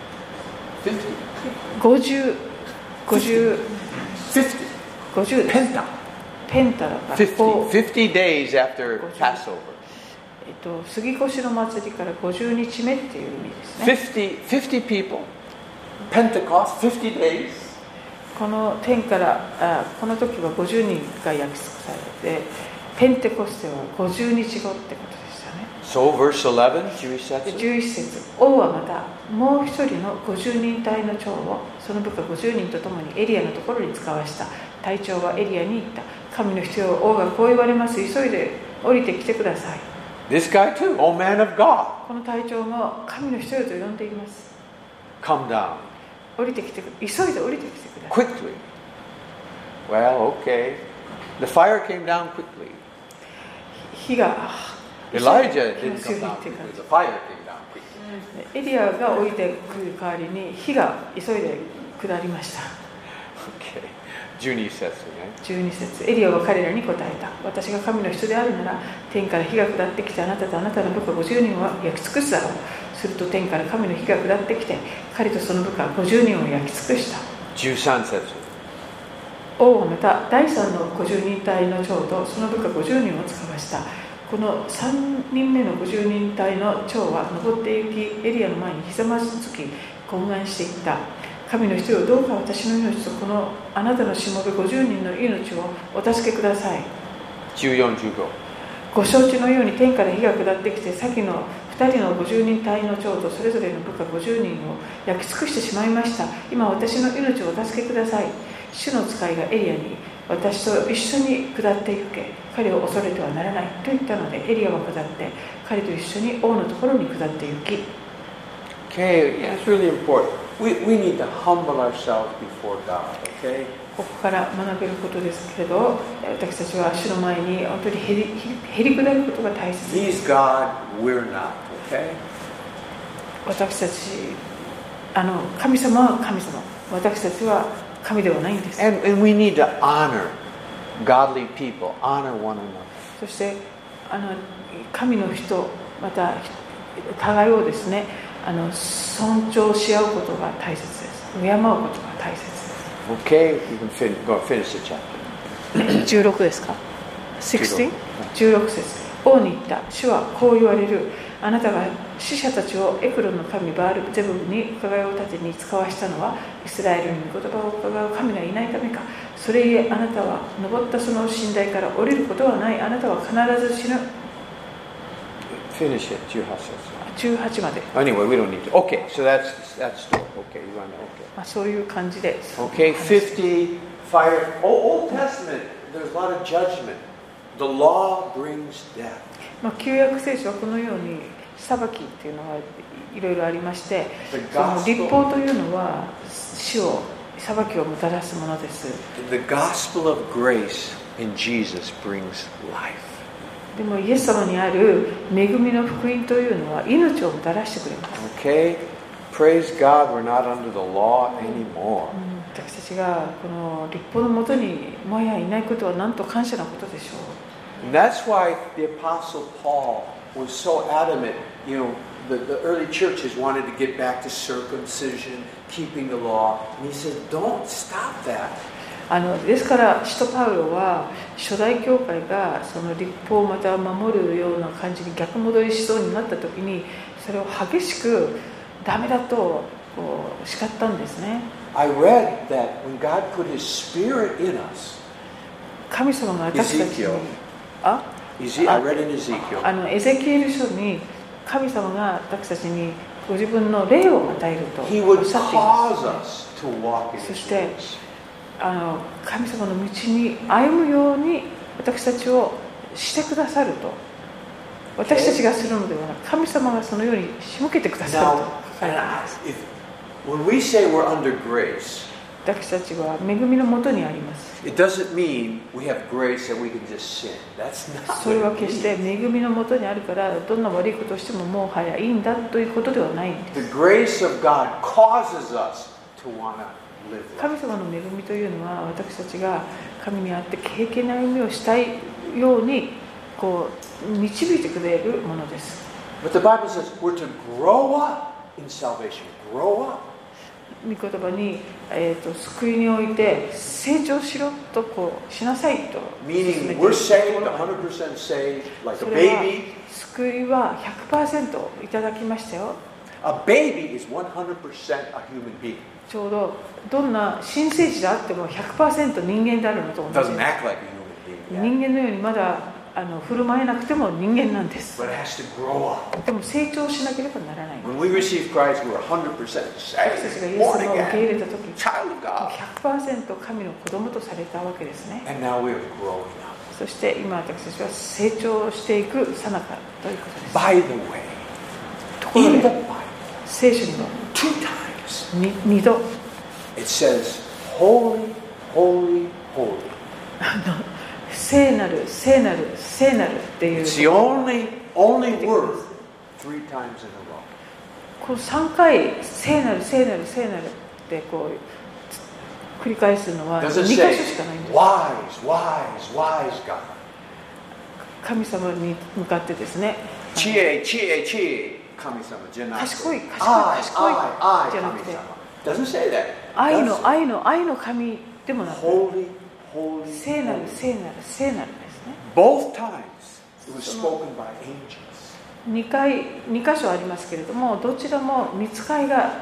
S1: 50.
S2: う50 50
S1: 50.
S2: 50です
S1: Penta.
S2: ペンタだから
S1: 50.
S2: こう
S1: 50 days after
S2: What's that?
S1: Passover.
S2: えっと、杉越の祭りから50日目っていう意味ですね
S1: 50, 50 people. Pentecost, 50 days.
S2: この天からあこの時は50人が焼き尽くされてペンテコステは50日後ってことでしたね
S1: So, verse 11, Jewish
S2: で
S1: section.
S2: 11節王はまたもう一人の50人隊の長をその部下50人と共にエリアのところに使わした隊長はエリアに行った神の必要王がこう言われます急いで降りてきてください
S1: This guy, too, O man of God,
S2: この隊長も神の必要と呼んでいます
S1: come down
S2: 降りてきてく急いで降りてきてください
S1: quickly. Well, okay. The fire came down quickly.
S2: 火があ
S1: Elijah
S2: 火
S1: didn't
S2: が強
S1: come
S2: いっ
S1: down
S2: ていう感
S1: quickly. The fire came down quickly.
S2: じエリアが降りてくる代わりに火が急いで下りました
S1: Okay. Junie says, okay?
S2: 12節エリアは彼らに答えた私が神の人であるなら天から火が下ってきてあなたとあなたの部下50人は焼き尽くすだろうすると天から神の火が下ってきて彼とその部下50人を焼き尽くした
S1: 13 says,
S2: 王はまた第3の50人隊の長とその部下50人を使わしたこの3人目の50人隊の長は登って行きエリアの前にひざまずき懇願していった神の人よどうか私の命とこのあなたのしもべ50人の命をお助けください
S1: 14, 15.
S2: ご承知のように天から火が下ってきて先の2人の50人隊の長とそれぞれの部下50人を焼き尽くしてしまいました今私の命をお助けください主の使いがエリアに私と一緒に下って行け彼を恐れてはならないと言ったのでエリアは下って彼と一緒に王のところに下って行き
S1: Okay, yeah, it's really important. We, we need to humble ourselves before God, okay?
S2: ここから学べることですけれど私たちは主の前に本当にへりへりくだることが大切です
S1: He's God, we're not, okay?
S2: 私たちあの神様は神様私たちは神ではないんです
S1: And, and we need to honor godly people, honor one another.
S2: そしてあの神の人また互いをですねあの尊重し合うことが大切です敬うことが大切で
S1: Okay, we can fin- go finish the chapter.
S2: す16ですか
S1: 16?
S2: 16節王に言った主はこう言われるあなたが死者たちをエクロンの神バールゼブブに伺いを立てに使わしたのはイスラエルに御言葉を伺う神がいないためかそれゆえあなたは登ったその寝台から降りることはないあなたは必ず死ぬ
S1: Finish it, Juha says.
S2: 18まで、
S1: Anyway, we don't need to. Okay, so that's that's the- okay. You want to
S2: まあ、そういう感じで
S1: okay? Okay, fifty fire. Oh, Old Testament. There's a lot of judgment. The law brings death.
S2: まあ、旧約聖書はこのように裁きっていうのがいろいろありまして
S1: The
S2: その立
S1: gospel.
S2: 法というのは死を裁きをもたらすものです。
S1: The gospel of grace in Jesus brings life.
S2: でもイエス様にある恵みの福音というのは命をもたらしてくれます。
S1: Okay? Praise God, we're not under the law anymore.
S2: うん私たちがこの立法のもとにもやいないことはなんと感謝なことでしょう。
S1: And that's why the Apostle Paul was so adamant. You know, the, the early churches wanted to get back to circumcision, keeping the law. And he said, don't stop that.
S2: あのですから、使徒パウロは初代教会がその立法をまた守るような感じに逆戻りしそうになった時にそれを激しくダメだとこう叱ったんですね。
S1: I read that when God put his spirit in us,
S2: 神様が私たち
S1: Ezekiel
S2: にあ
S1: Eze- I read in Ezekiel.
S2: あのエゼキエル書に神様が私たちにご自分の霊を与えると
S1: He
S2: おっ
S1: would
S2: しゃっていま
S1: cause us
S2: す。
S1: to walk in His
S2: そして、
S1: ways.
S2: あの神様の道に歩むように私たちをしてくださると私たちがするのではなく神様がそのように仕向けてくださると
S1: Now,
S2: 書かれ
S1: and
S2: ていま
S1: I- if, when we
S2: す
S1: say we're under grace,
S2: 私たちは恵みのもとにあります
S1: it doesn't mean we have grace that we can just sin. That's not
S2: それは
S1: what it
S2: 決して
S1: means.
S2: 恵みのもとにあるからどんな悪いことをしてももはやいいんだということではないんです
S1: The grace of God causes us to want to live right.
S2: 神様の恵みというのは私たちが神にあって経験な歩みをしたいようにこう導いてくれるものです
S1: But the Bible says we're to grow up in salvation. Grow up.
S2: 御言葉に、えー、と救いにおいて成長しろとこうしなさいと勧めている
S1: Meaning we're saved, 100% saved, like a
S2: それは
S1: baby.
S2: 救いは100%いただきましたよ
S1: A baby is 100% a human being.
S2: ちょうどどんな新生児であっても100%人間であるのと同じ
S1: Doesn't act like a human being yet.
S2: 人間のようにまだあの振る舞えなくても人間なんです
S1: but it has to grow up.
S2: でも成長しなければならない
S1: When we receive Christ, we're 100%
S2: 私たちがイ
S1: saved,
S2: エス様
S1: born
S2: を受け入
S1: again,
S2: れた時
S1: child of God.
S2: 100%神の子供とされたわけですね
S1: And now we're growing up.
S2: そして今私たちは成長していくさなかということです
S1: By the way,
S2: ところ
S1: in the
S2: で
S1: Bible,
S2: 聖書には
S1: two times,
S2: に二度
S1: it says, holy, holy, holy.
S2: 聖なる聖なる聖なるっていう
S1: It's the only, only word three times in a row.
S2: こう3回聖なる聖なる聖なるってこうつ繰り返すのは
S1: It
S2: 2
S1: doesn't
S2: 箇所
S1: say
S2: しかないんです
S1: wise, wise, wise God.
S2: 神様に向かってですね
S1: Chie, chie, chie. 神様じゃなくて。
S2: 賢い、賢い、
S1: I,
S2: 賢い。
S1: I, I,
S2: じゃなくて。
S1: 神様。Doesn't say that.
S2: 愛
S1: Doesn't-
S2: の愛の愛の神でもなく
S1: Holy, holy,
S2: 聖なる
S1: holy.
S2: 聖なる聖なるですね
S1: Both times it was spoken by angels.
S2: 2回二箇所ありますけれどもどちらも見つかいが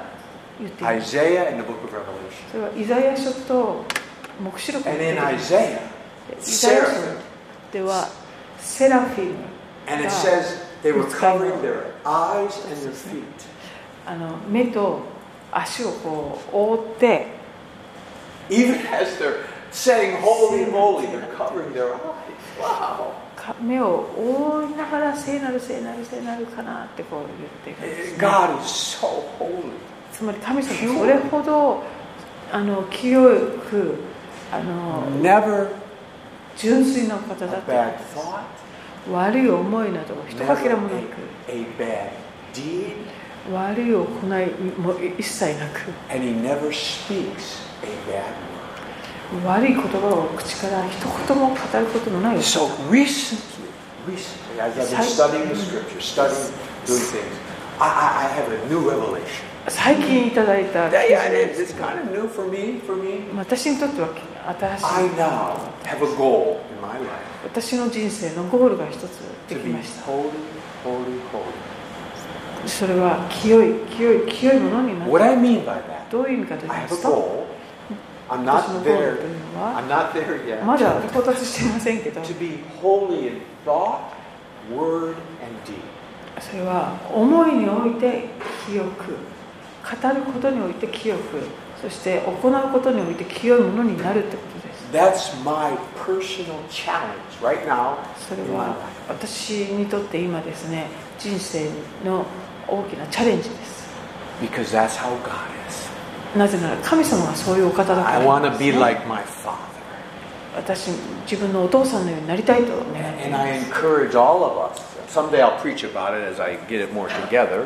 S2: 言っています
S1: Isaiah and the book of Revelation.
S2: それはイザヤ書と黙示録
S1: And
S2: に
S1: in
S2: 出てきます
S1: Isaiah,
S2: イザヤ書ではセラフィム
S1: and it
S2: が
S1: says they were
S2: It's
S1: covering
S2: kind of-
S1: their eyes and their feet.
S2: あの目と足をこう覆って
S1: Even as they're saying, Holy,
S2: Sin-
S1: holy,
S2: sin-
S1: they're covering their eyes. Wow.
S2: か目を覆いながら聖なる聖なる聖なるかなってこう言っているんですね、
S1: God is so holy.
S2: つまり神様はそれほどあの清くあの
S1: Never
S2: 純粋なお方
S1: a
S2: だってこと
S1: bad
S2: です
S1: thought,
S2: 悪い思いなど一か
S1: never
S2: けらもなく
S1: a, a bad deed,
S2: 悪い行いも一切なく
S1: and he never speaks a bad word.
S2: 悪い言葉を口から一言も語ることのない
S1: So recently, recently, as I've been studying the scripture, studying, doing things, I, I, I have a new revelation.
S2: 最近いただい
S1: Yeah,
S2: た記事な
S1: yeah,
S2: ん
S1: it
S2: で
S1: is.
S2: す
S1: It's
S2: けど
S1: kind of new for me. For me,
S2: 私にとっては新しい
S1: I now have a goal in my life
S2: 私の人生のゴールが一つ
S1: to
S2: でき
S1: be
S2: ました
S1: holy, holy, holy.
S2: それは清い清い清いものにな
S1: What
S2: る
S1: I mean by that,
S2: どういう意味かと言
S1: I
S2: いま
S1: have a
S2: すと
S1: goal. I'm
S2: 私の
S1: not
S2: ゴールと
S1: there.
S2: いうのは
S1: I'm not there yet.
S2: まだ到達していませんけど
S1: To be holy in thought, word, and deed.
S2: それは思いにおいて清く語ることにおいて清くそして行うことにおいて清いものになるってことです
S1: That's my personal challenge right now
S2: それ
S1: in my
S2: は
S1: life.
S2: 私にとって今ですね人生の大きなチャレンジです
S1: Because that's how God is.
S2: なぜなら神様はそういうお方だか
S1: I
S2: ら
S1: want
S2: な
S1: to
S2: んですね、
S1: be like my father.
S2: 私自分のお父さんのようになりたいと願ってい
S1: And
S2: ま
S1: I
S2: す
S1: encourage all of us. Someday I'll preach about it as I get it more together.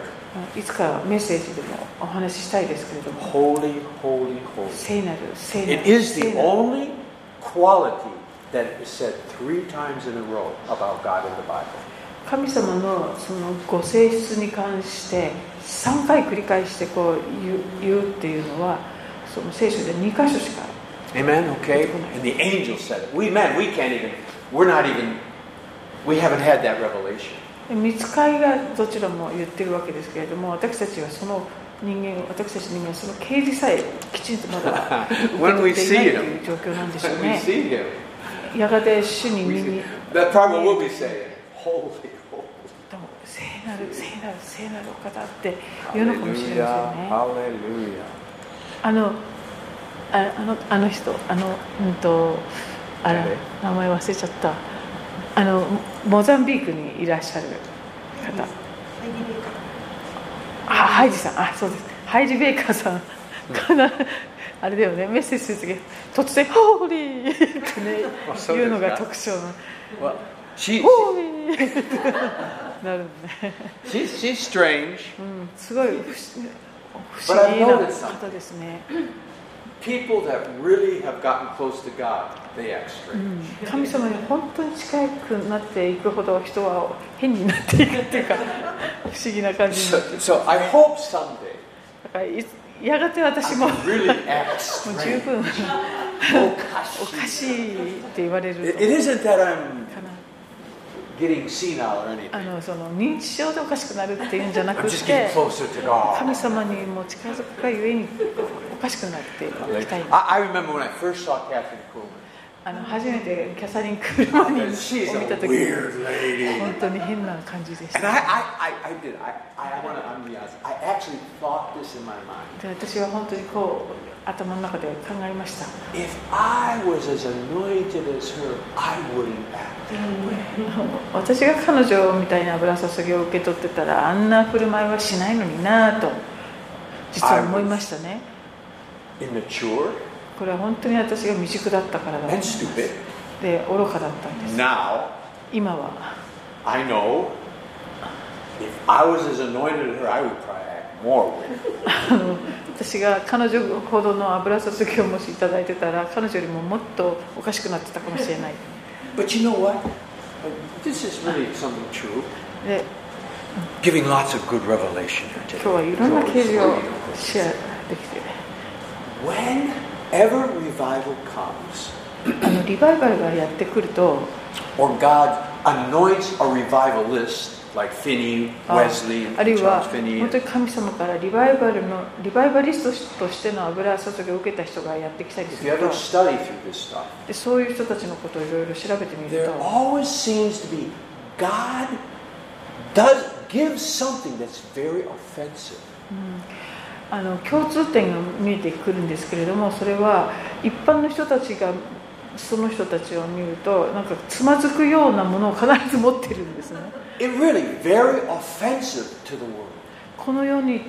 S2: いつかメッセージでもお話ししたいですけれども
S1: Holy, holy, holy.
S2: 聖なる聖な
S1: It
S2: る
S1: is
S2: 聖
S1: the
S2: なる
S1: only quality that is said three times in a row about God in the Bible.
S2: 神様のそのご性質に関して3回繰り返してこう言う言うっていうのはその聖書で2箇所しか
S1: Amen. Okay. And the angel said it. We men, we can't even. We're not even. We haven't had that revelation.
S2: 見つかりがどちらも言ってるわけですけれども私たちはその人間私たち人間はその啓示さえきちんとまだ
S1: When we
S2: 受け取っていな
S1: see
S2: いという状況なんでしょう
S1: We
S2: ね
S1: see him.
S2: やがて主に
S1: We
S2: 耳
S1: see,
S2: で
S1: that probably will be saying, "Holy, holy."
S2: も聖なる聖なる聖なるお方って言うのかもしれ
S1: Hallelujah.
S2: ませんね
S1: Hallelujah.
S2: あのああのあの人あのうんとあら
S1: 誰
S2: 名前忘れちゃったあのモザンビークにいらっしゃる方あハイジさんあそうですハイジ・ベイカーさんかなあれだよねメッセージする時突然「ホーリー!」ってね
S1: あそうで
S2: 言
S1: すか
S2: うのが特徴 の
S1: Well,
S2: 「
S1: she,
S2: ホーリー!」ってなるのね、
S1: she she's strange.
S2: うん、すごい不思
S1: But
S2: 不思
S1: I've
S2: 議な
S1: noticed something.
S2: 方ですね
S1: People that really have gotten close to God, they act strange.
S2: 神様に本当に近くなっていくほど人は変になっていくっていうか不思議な感
S1: Mm.
S2: じになって
S1: So, so I hope someday
S2: だからいやがて
S1: I
S2: 私ももう
S1: can really act
S2: 十
S1: strange.
S2: 分
S1: Oh,
S2: お
S1: gosh.
S2: かしいって言われ
S1: It,
S2: る
S1: it isn't that I'm
S2: とかな
S1: getting senile or
S2: あ
S1: anything.
S2: のその認知症でおかしくなるっていうんじゃな
S1: I'm
S2: く
S1: just
S2: て
S1: getting closer to
S2: 神
S1: God.
S2: 様にも近づくがゆえにおかしくなるっていうみたい
S1: I,
S2: な
S1: I remember when I first saw Catherine Kuhlman.
S2: あの初めてキャサリン・クールマニ
S1: And
S2: ンを
S1: she's
S2: 見た
S1: a
S2: 時
S1: weird lady.
S2: 本当に変な感じでし
S1: And
S2: た
S1: I, I, I, I did. I, I want to, I'm the honest. I actually thought this in my mind.
S2: で私は本当にこう頭の中で考えました
S1: If I was as anointed as her, I wouldn't act that way.
S2: 私が彼女みたいな油注ぎを受け取ってたらあんな振る舞いはしないのになぁと実は思いましたね
S1: Immature
S2: これは本当に私が未熟だったからだと思い
S1: and
S2: ます
S1: stupid.
S2: で愚かだったんです
S1: Now
S2: 今は
S1: I know if I was as anointed as her, I would probably act more weird.
S2: あの私が彼女ほどの油注ぎをもしいただいてたら彼女よりももっとおかしくなってたかもしれない
S1: But you know what? This is really something true.
S2: で
S1: Giving lots of good revelation here today.
S2: 今日はいろんな啓示を
S1: Glory to God.
S2: シェアできて
S1: Whenever revival comes,
S2: あのリバイバルがやってくると
S1: or God anoints a revivalist like Finney,
S2: あ
S1: Wesley,
S2: あるい
S1: Charles
S2: は
S1: Finney,
S2: 本当に神様からリバイバルのリバイバリストとしての油注ぎを受けた人がやってきたり
S1: If
S2: す
S1: you
S2: る
S1: ever
S2: と
S1: study through this stuff,
S2: でそういう人たちのことをいろいろ調べてみる
S1: there
S2: と
S1: always seems to be God does gives something that's very offensive.
S2: あの共通点が見えてくるんですけれどもそれは一般の人たちがその人たちを見るとなんかつまずくようなものを必ず持ってるんですね
S1: It really very offensive to the world.
S2: この世に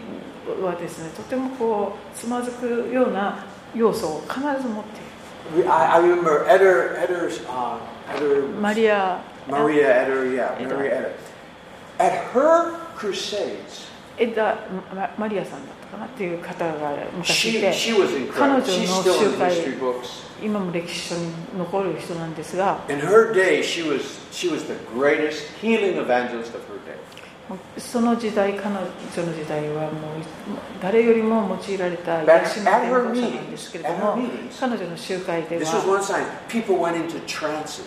S2: はですねとてもこうつまずくような要素を必ず持っている
S1: We- I, I remember Eder, Eder's, uh, Eder,
S2: マリア
S1: Maria Eder, yeah,
S2: Eder.
S1: Maria Eder. At her crusades,
S2: エダママリアさんだったかなっていう方が昔い
S1: she,
S2: て
S1: she was incredible. She's still in the history books.
S2: 今も歴史書に残る人なんですが
S1: In her day, she was she was the greatest healing evangelist of her day.
S2: その時代彼女の時代はもう誰よりも用いられた
S1: At-
S2: 癒しの
S1: at
S2: 伝
S1: her
S2: 道者なんです
S1: meetings,
S2: けれど
S1: at her
S2: も
S1: meetings,
S2: 彼女の集会
S1: this
S2: で
S1: was
S2: は
S1: one sign. People went into trances.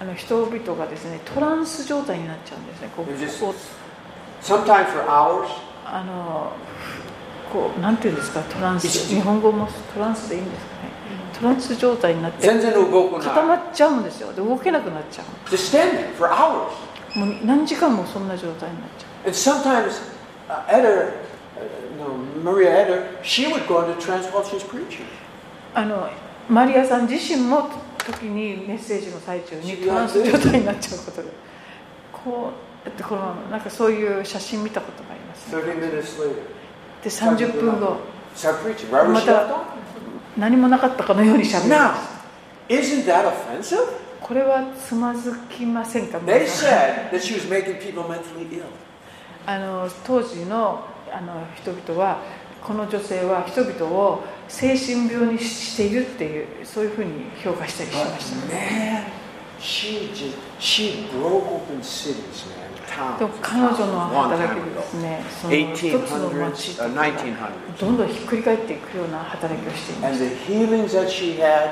S2: あの人々がですねトランス状態になっちゃうんですねこう
S1: They're just-
S2: こう
S1: Sometimes for hours.
S2: あのこうなんていうんですかトラン
S1: 一
S2: ス
S1: 時
S2: 日本語もトランスでいいんですかねトランス状態になって固
S1: 全然動かない。
S2: まっちゃうんですよで動けなくなっちゃう
S1: Just stand there for hours.
S2: もう何時間もそんな状態になっちゃ
S1: And sometimes uh, Eder, uh, no, Maria Eder, she would go into trance while she was preaching.
S2: うあのマリアさん自身も時にメッセージの最中に
S1: 違う
S2: トランス状態になっちゃうことがこうやってこのなんかそういう写真見たことがあります、ね、
S1: 30 minutes later.
S2: で30分後
S1: shall preach rubbish
S2: Mata-
S1: left on?
S2: 何もなかったかのようにしゃべる
S1: Now, isn't that offensive?
S2: これはつまずきませんか
S1: They
S2: 皆さん
S1: said that she was making people mentally ill.
S2: あの当時のあの人々はこの女性は人々を精神病にしているっていうそういうふうに評価したりしま
S1: But
S2: した
S1: man, she just she broke open cities, man,
S2: でも
S1: towns.
S2: 彼女の
S1: Long
S2: 働
S1: time
S2: きで
S1: ago.
S2: すねその一つの町
S1: 1800s,
S2: と
S1: uh,
S2: いうのが
S1: 1900s.
S2: どんどんひっくり返っていくような働きをしていま
S1: And
S2: し
S1: the healings that she had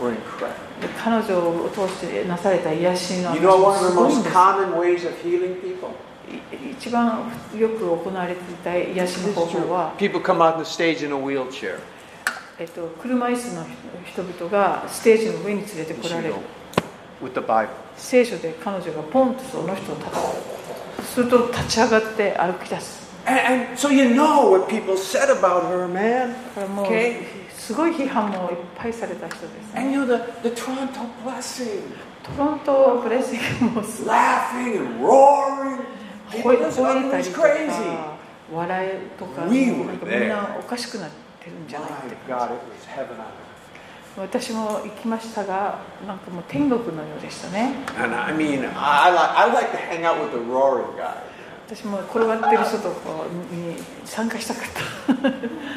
S1: were incredible.
S2: たで彼女を通してなされた癒しの
S1: You know
S2: 話
S1: one
S2: も
S1: of
S2: す
S1: the
S2: ごいん
S1: most
S2: です
S1: common ways of healing people?
S2: い一番よく行われていた癒しの方法は、
S1: People come out on the stage in a wheelchair.
S2: えっと、車椅子の人々がステージの上に連れてこられる
S1: With the Bible.
S2: 聖書で彼女がポンとその人を叩くすると立ち上がって歩き出す
S1: And, and so you know what people said about her, man.
S2: これもう
S1: Okay.
S2: すごい批判もいっぱいされた人です、
S1: And
S2: ね、
S1: you know the, the Toronto blessing,
S2: トロントブレスングもす
S1: laughing and roaring.
S2: ご
S1: People
S2: い
S1: just
S2: 吠え
S1: thought
S2: た
S1: it
S2: り
S1: was
S2: と
S1: crazy.
S2: か笑いとか
S1: We
S2: もう
S1: were
S2: なんか
S1: there.
S2: みんなおかしくなってるんじゃない
S1: My
S2: って感
S1: God, it was heaven on earth.
S2: じ私も行きましたがなんかもう天国のようでしたね
S1: And I mean, I, I, like, I like to hang out with the roaring guy.
S2: 私も転がってる人とこうに参加したかった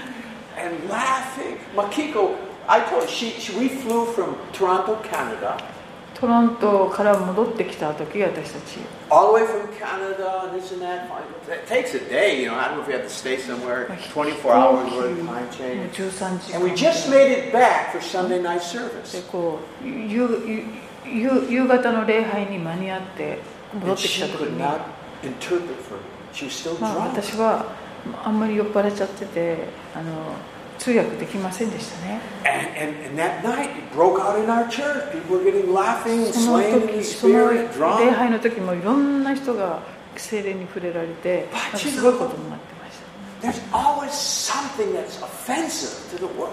S1: And laughing. Makiko, I told she, she we flew from Toronto, Canada,
S2: トロントから戻ってきた時私たち
S1: all the way from Canada, and this and that. It takes a day, you know. I don't know if we have to stay somewhere 24 hours worth of time
S2: もう
S1: change.
S2: 13時間
S1: And we just made it back for Sunday night service.
S2: でこう夕夕夕方の礼拝に間に合って戻
S1: And
S2: ってき
S1: she
S2: た時
S1: could
S2: に、
S1: not
S2: ま
S1: interpret for me. She was still
S2: あ、
S1: drunk.
S2: 私はあんまり酔っ払っちゃっててあの通訳できませんでしたね
S1: And, and, and that night, it broke out in our church. People were getting laughing,
S2: その
S1: slain in the
S2: 時その礼
S1: spirit, drunk.
S2: 拝の時もいろんな人が精霊に触れられてなんかすごいことになってました
S1: There's always something that's offensive to the world.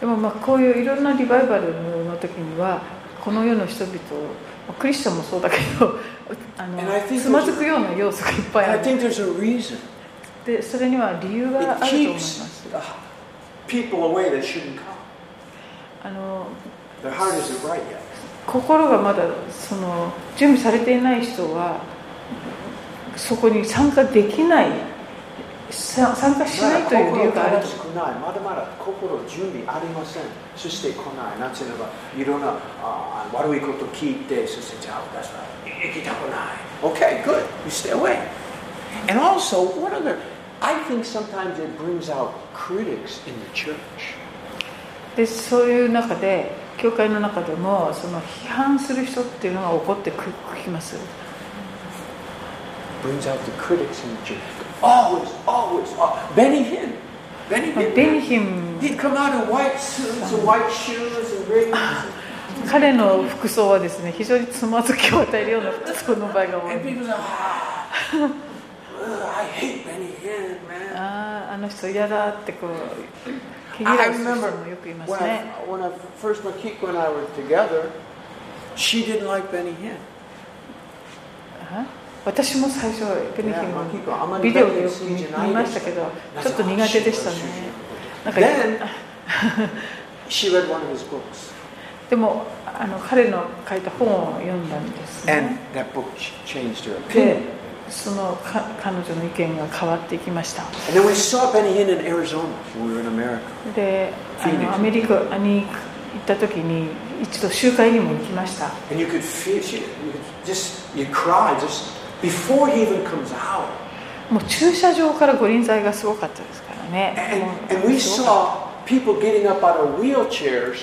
S2: でもまあこういういろんなリバイバルの時にはこの世の人々をまあクリスチャンもそうだけどあの
S1: And I think
S2: つまずくような要素がいっぱい
S1: And
S2: あ
S1: I think
S2: る
S1: there's a reason.
S2: でそれには理由が
S1: It
S2: あると思いま
S1: keeps
S2: す
S1: uh, people away that shouldn't come.
S2: あの
S1: Their heart isn't right yet.
S2: 心がまだその準備されていない人はそこに参加できないさ参加しないという理由があると思う
S1: Ah, まだまだ心準備ありません。そして来ない。いろんなあ悪いこと聞いて、そしてじゃあ私は行きたくない。Okay, good. You stay away. And also, one other, I think sometimes it brings out critics in the church.
S2: でそういう中で教会の中でもその批判する人っていうのが起こってくきます。
S1: Brings out the critics in the church. Always, always, always. Benny Hinn. Benny
S2: まあ
S1: Hinn.
S2: ベニヒン
S1: He'd come out in white suits and white shoes and rings.
S2: 彼の服装はですね非常につまずきを与えるような服装の場合が多
S1: And
S2: い
S1: people say, ah, ugh, I hate Benny Hinn, man.
S2: あああの人嫌だってこう毛
S1: I
S2: 嫌いする人
S1: remember
S2: もよくいます
S1: when I,
S2: ね
S1: when I first Makiko and I were together, she didn't like Benny Hinn.
S2: あ私も最初ベニヒ
S1: Yeah,
S2: ン
S1: Makiko, あんま
S2: の
S1: り
S2: ビデオでよく
S1: 好き
S2: 見
S1: じゃない
S2: 見ましたけどちょっと苦手でしたねなんか
S1: Then she read one of his books,
S2: でもあの彼の書いた本を読んだんです、
S1: and
S2: ね、
S1: that book ch- changed her
S2: で
S1: opinion.
S2: そのか彼女の意見が変わっていきました
S1: And then we saw Benny Hinn in Arizona when we were in America.
S2: であ
S1: Phoenix
S2: のアメリカに行った時に一度集会にも行きました
S1: And you could feel, she, you could just, you cry just before he even comes out.
S2: もう駐車場から五輪剤がすごかったですからね
S1: And,。
S2: も
S1: and
S2: う
S1: we
S2: すごか
S1: saw
S2: っ
S1: people getting up out of wheelchairs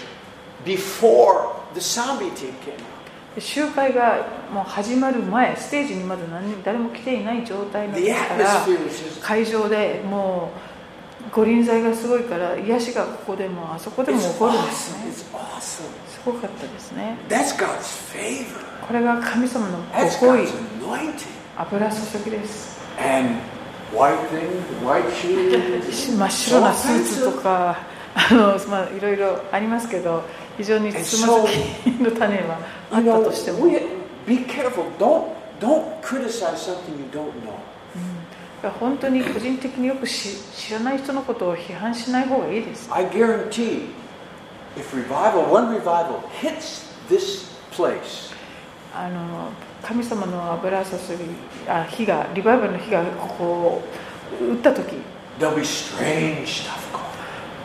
S1: before the zombie team came out.
S2: た集会がもう始まる前、ステージにまだ何人誰も来ていない状態の
S1: The
S2: 時から、
S1: atmosphere was just.
S2: 会場でもう五輪剤がすごいから、癒しがここでもあそこでも
S1: It's
S2: 起こるんですね
S1: awesome.。It's awesome.
S2: すごかったですね。
S1: That's God's favor.
S2: これが神様の
S1: That's
S2: ご厚意
S1: God's、anointing.
S2: 油注ぎです。
S1: And white thing, white shoes.
S2: 真っ白なスーツとか、あのまあ、いろいろありますけど、非常につまずきの種はあ
S1: You
S2: った
S1: know,
S2: としても。
S1: we, be careful. Don't don't criticize something you don't know.
S2: 本当に個人的によく知知らない人のことを批判しない方がいいです。
S1: I guarantee if revival, one revival hits this place,
S2: あの神様の油注ぎあ火がリバイバルの火がここを打った時、
S1: there'll be strange stuff going on.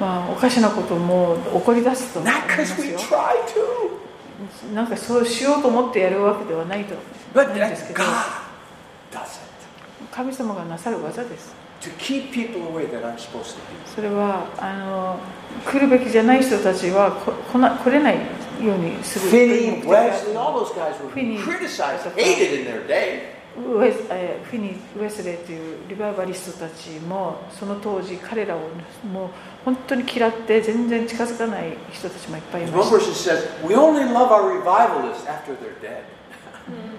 S2: まあ、おかしなことも起こり出すと思い
S1: Not
S2: ま
S1: because
S2: す
S1: we
S2: よ
S1: try to,
S2: なんかそうしようと思ってやるわけではないと
S1: but
S2: 思うんですけ
S1: that
S2: ど
S1: God does it
S2: 神様がなさる技です
S1: to keep people away that aren't supposed to be.
S2: それはあの来るべきじゃない人たちはここな来れないようにする
S1: Finney,
S2: という目的
S1: Wesley,
S2: が
S1: all those guys were
S2: Finney.
S1: criticized, hated in their day.
S2: ウェスえーフィニー・ウェスレーというリバイバリストたちもその当時彼らをもう本当に嫌って全然近づかない人たちもいっぱいい
S1: One
S2: ました。
S1: verse it says, We only love our revivalists after they're dead.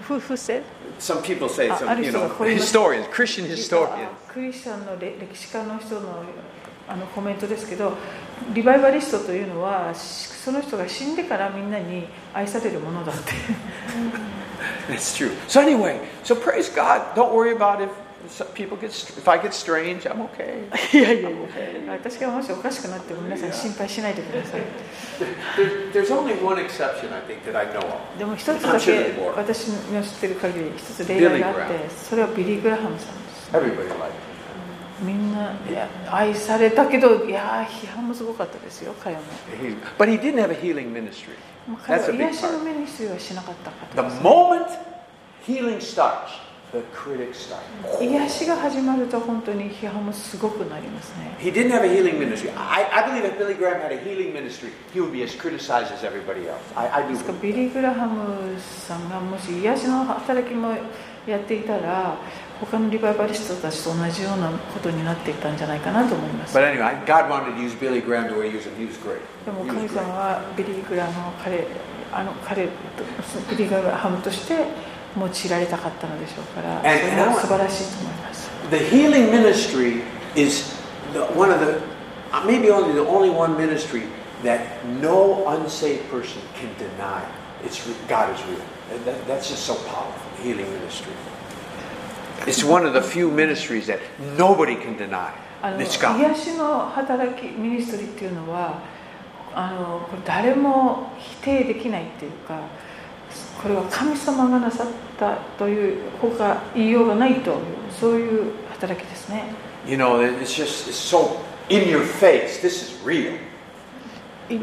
S2: Who- who said?
S1: Some people say,
S2: Uh,
S1: some, you know,
S2: Aristotle.
S1: historians, Christian historians.
S2: クリスチャンのれ歴史家の人のあのコメントですけどリバイバリストというのはしその人が死んでからみんなに愛されるものだって
S1: That's true. So anyway, so praise God. Don't worry about if some people get str- if I get strange, I'm okay.
S2: いやい やいや私がもしおかしくなっても皆さん心配しないでください
S1: There, there's only one exception I think that I know of.
S2: でも一つだ
S1: I'm sure
S2: け
S1: there's more.
S2: 私の知ってる限り一つ例外があっ
S1: Billy
S2: てそれはビリー・グラハムさんです
S1: Everybody liked him.
S2: みんないや愛されたけどいや批判もすごかったですよ彼も
S1: He, but he didn't have a healing ministry.
S2: まあ彼
S1: That's a
S2: は
S1: big
S2: 癒しの目にすはしなかった方
S1: The
S2: です
S1: moment healing starts, the critics start.
S2: 癒しが始まると本当に批判もすごくなりますね
S1: He didn't have a healing ministry. I, I believe if Billy Graham had a healing ministry, he would be as criticized as everybody else. I, I
S2: で
S1: do.
S2: すから
S1: believe.
S2: ビリー・グラハムさんがもし癒しの働きもやっていたら他のリバイバリストたちと同じようなことになっていたんじゃないかなと思います
S1: But anyway, God wanted to use Billy Graham the way he used him. He was great.
S2: でも
S1: He was
S2: 神
S1: great.
S2: 様はビリー・グラハムを彼あの彼とビリー・グラハムとして用いられたかったのでしょうからそ
S1: And-
S2: れ
S1: and I
S2: は
S1: want-
S2: 素晴らしいと思います
S1: The healing ministry is the, one of the, uh, maybe only the only one ministry that no unsaved person can deny. It's re- God is real. And that- that's just so powerful. The healing ministry. It's one of the few ministries that nobody can deny.
S2: あの
S1: It's God.
S2: 癒しの働きミニストリーっていうのはあのこれ誰も否定できないっていうかこれは神様がなさったというほか言いようがないというそういう働きですね
S1: You know, it- it's just it's so in your face. This is real. It,